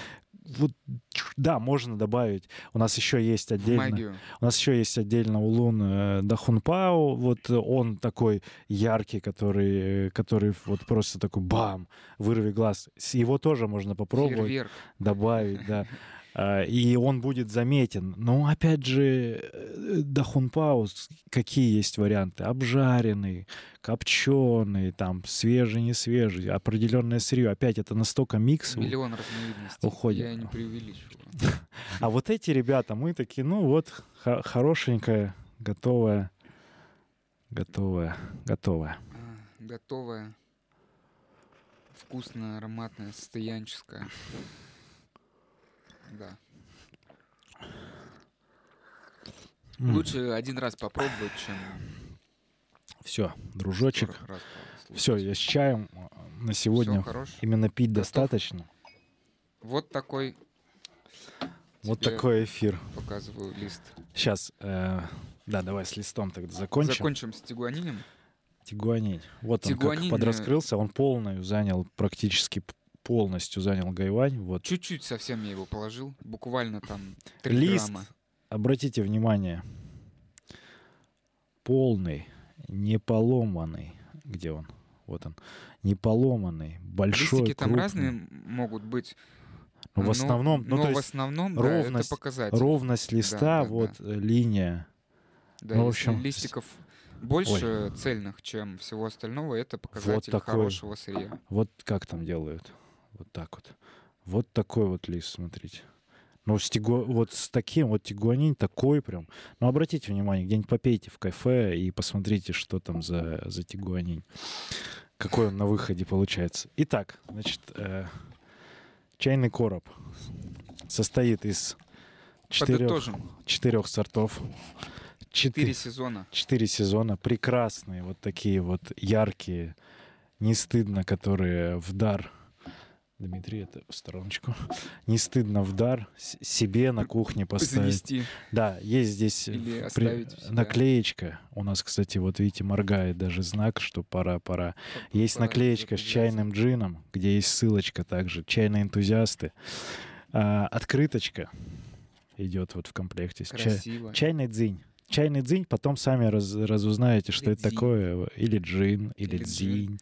[SPEAKER 1] вот, чш, да, можно добавить. У нас еще есть
[SPEAKER 2] В
[SPEAKER 1] отдельно.
[SPEAKER 2] магию.
[SPEAKER 1] У нас еще есть отдельно Улун э, Дахунпау. Вот э, он такой яркий, который, э, который вот просто такой бам, вырви глаз. С- Его тоже можно попробовать
[SPEAKER 2] Фейерверк.
[SPEAKER 1] добавить, да. А, И он будет заметен. Но опять же, э, Дахунпау, с- какие есть варианты? Обжаренный, копченый, там, свежий, не свежий, определенное сырье. Опять это настолько микс.
[SPEAKER 2] Миллион разновидностей.
[SPEAKER 1] Уходит.
[SPEAKER 2] Я не преувеличиваю.
[SPEAKER 1] А вот эти ребята, мы такие, ну вот, хо- хорошенькая, готовая, готовая, готовая.
[SPEAKER 2] А, Готовое. Вкусное, ароматное, состоянческое. Да. Лучше один раз попробовать, чем
[SPEAKER 1] Все, дружочек.
[SPEAKER 2] 40 раз слушать.
[SPEAKER 1] Все, я с чаем э, на
[SPEAKER 2] Всё
[SPEAKER 1] сегодня
[SPEAKER 2] хорош.
[SPEAKER 1] именно пить
[SPEAKER 2] Готов?
[SPEAKER 1] достаточно.
[SPEAKER 2] Вот такой
[SPEAKER 1] Вот
[SPEAKER 2] Тебе-
[SPEAKER 1] такой эфир.
[SPEAKER 2] показываю лист.
[SPEAKER 1] Сейчас, э, да, давай с листом тогда закончим.
[SPEAKER 2] Закончим с тигуанином.
[SPEAKER 1] Тигуанин. Вот он как
[SPEAKER 2] Тигуанин, э,
[SPEAKER 1] подраскрылся, он полную занял, практически п- полностью занял Гайвань. Вот.
[SPEAKER 2] Чуть-чуть совсем я его положил. Буквально там 3
[SPEAKER 1] Лист.
[SPEAKER 2] грамма.
[SPEAKER 1] Обратите внимание, полный, неполоманный, где он? Вот он, неполоманный, большой,
[SPEAKER 2] Листики там
[SPEAKER 1] крупный.
[SPEAKER 2] разные м- могут быть.
[SPEAKER 1] Ну, в
[SPEAKER 2] но-
[SPEAKER 1] основном, ну,
[SPEAKER 2] но
[SPEAKER 1] то
[SPEAKER 2] в
[SPEAKER 1] есть
[SPEAKER 2] основном да,
[SPEAKER 1] ровность-
[SPEAKER 2] это показатель.
[SPEAKER 1] ровность листа,
[SPEAKER 2] да,
[SPEAKER 1] вот э, линия.
[SPEAKER 2] Да,
[SPEAKER 1] ну, в
[SPEAKER 2] если
[SPEAKER 1] общем, с-
[SPEAKER 2] листиков больше цельных, чем всего остального, это показатель
[SPEAKER 1] такой.
[SPEAKER 2] хорошего сырья.
[SPEAKER 1] Вот как там делают, вот так вот. Вот такой вот лист, смотрите. Ну, с тигу- вот с таким, вот тигуанин такой прям. Ну, обратите внимание, где-нибудь попейте в кафе и посмотрите, что там за, за тигуанин. Какой он на выходе получается. Итак, значит, э, чайный короб состоит из четырех,
[SPEAKER 2] Подытожим.
[SPEAKER 1] четырех сортов.
[SPEAKER 2] Четыре
[SPEAKER 1] Четыре
[SPEAKER 2] сезона.
[SPEAKER 1] четыре сезона прекрасные, вот такие вот яркие, не стыдно, которые в дар. Дмитрий, это в стороночку. Не стыдно в дар с- себе на кухне поставить.
[SPEAKER 2] Завести.
[SPEAKER 1] Да, есть здесь э,
[SPEAKER 2] Или
[SPEAKER 1] при-
[SPEAKER 2] оставить у себя.
[SPEAKER 1] наклеечка. У нас, кстати, вот видите, моргает даже знак, что пора, пора. Есть
[SPEAKER 2] Пора
[SPEAKER 1] наклеечка с
[SPEAKER 2] закругляться.
[SPEAKER 1] чайным джином, где есть ссылочка также. Чайные энтузиасты. А, открыточка идет вот в комплекте с чаем.
[SPEAKER 2] Красиво.
[SPEAKER 1] Чайный дзинь. Чайный дзинь, потом сами раз- разузнаете, что
[SPEAKER 2] Или
[SPEAKER 1] это
[SPEAKER 2] дзинь.
[SPEAKER 1] такое. Или джин, или,
[SPEAKER 2] Или
[SPEAKER 1] дзинь.
[SPEAKER 2] дзинь.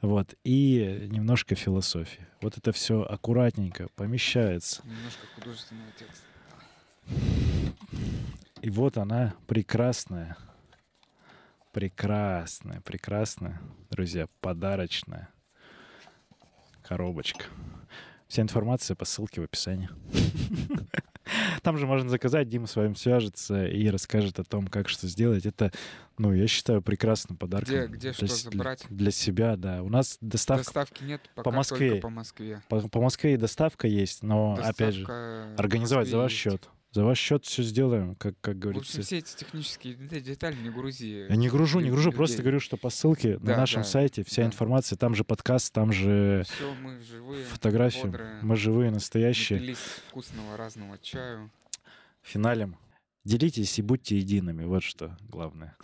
[SPEAKER 1] Вот. И немножко философии. Вот это все аккуратненько помещается.
[SPEAKER 2] Немножко художественного текста.
[SPEAKER 1] И вот она прекрасная. Прекрасная, прекрасная, друзья, подарочная коробочка. Вся информация по ссылке в описании. Там же можно заказать, Дима с вами свяжется и расскажет о том, как что сделать. Это, ну, я считаю, прекрасным подарком.
[SPEAKER 2] Где- где
[SPEAKER 1] для
[SPEAKER 2] что
[SPEAKER 1] с-
[SPEAKER 2] забрать?
[SPEAKER 1] Для себя, да. У нас доставка
[SPEAKER 2] Доставки нет, пока
[SPEAKER 1] Москве.
[SPEAKER 2] только по Москве.
[SPEAKER 1] по, по Москве и доставка есть, но, опять же,
[SPEAKER 2] Доставка по
[SPEAKER 1] организовать за
[SPEAKER 2] Москве
[SPEAKER 1] ваш
[SPEAKER 2] есть.
[SPEAKER 1] счет. За ваш счет все сделаем, как, как
[SPEAKER 2] В
[SPEAKER 1] говорится.
[SPEAKER 2] общем, все эти технические де- детали не грузи.
[SPEAKER 1] Я не гружу, не
[SPEAKER 2] лю-
[SPEAKER 1] гружу,
[SPEAKER 2] людей.
[SPEAKER 1] просто говорю, что по ссылке на
[SPEAKER 2] Да,
[SPEAKER 1] нашем
[SPEAKER 2] да,
[SPEAKER 1] сайте вся
[SPEAKER 2] да.
[SPEAKER 1] информация, там же подкаст, там же
[SPEAKER 2] Все, мы живые,
[SPEAKER 1] фотографии.
[SPEAKER 2] бодрые,
[SPEAKER 1] Мы живые, настоящие.
[SPEAKER 2] напились вкусного разного чаю.
[SPEAKER 1] Финалем. Делитесь и будьте едиными, вот что главное.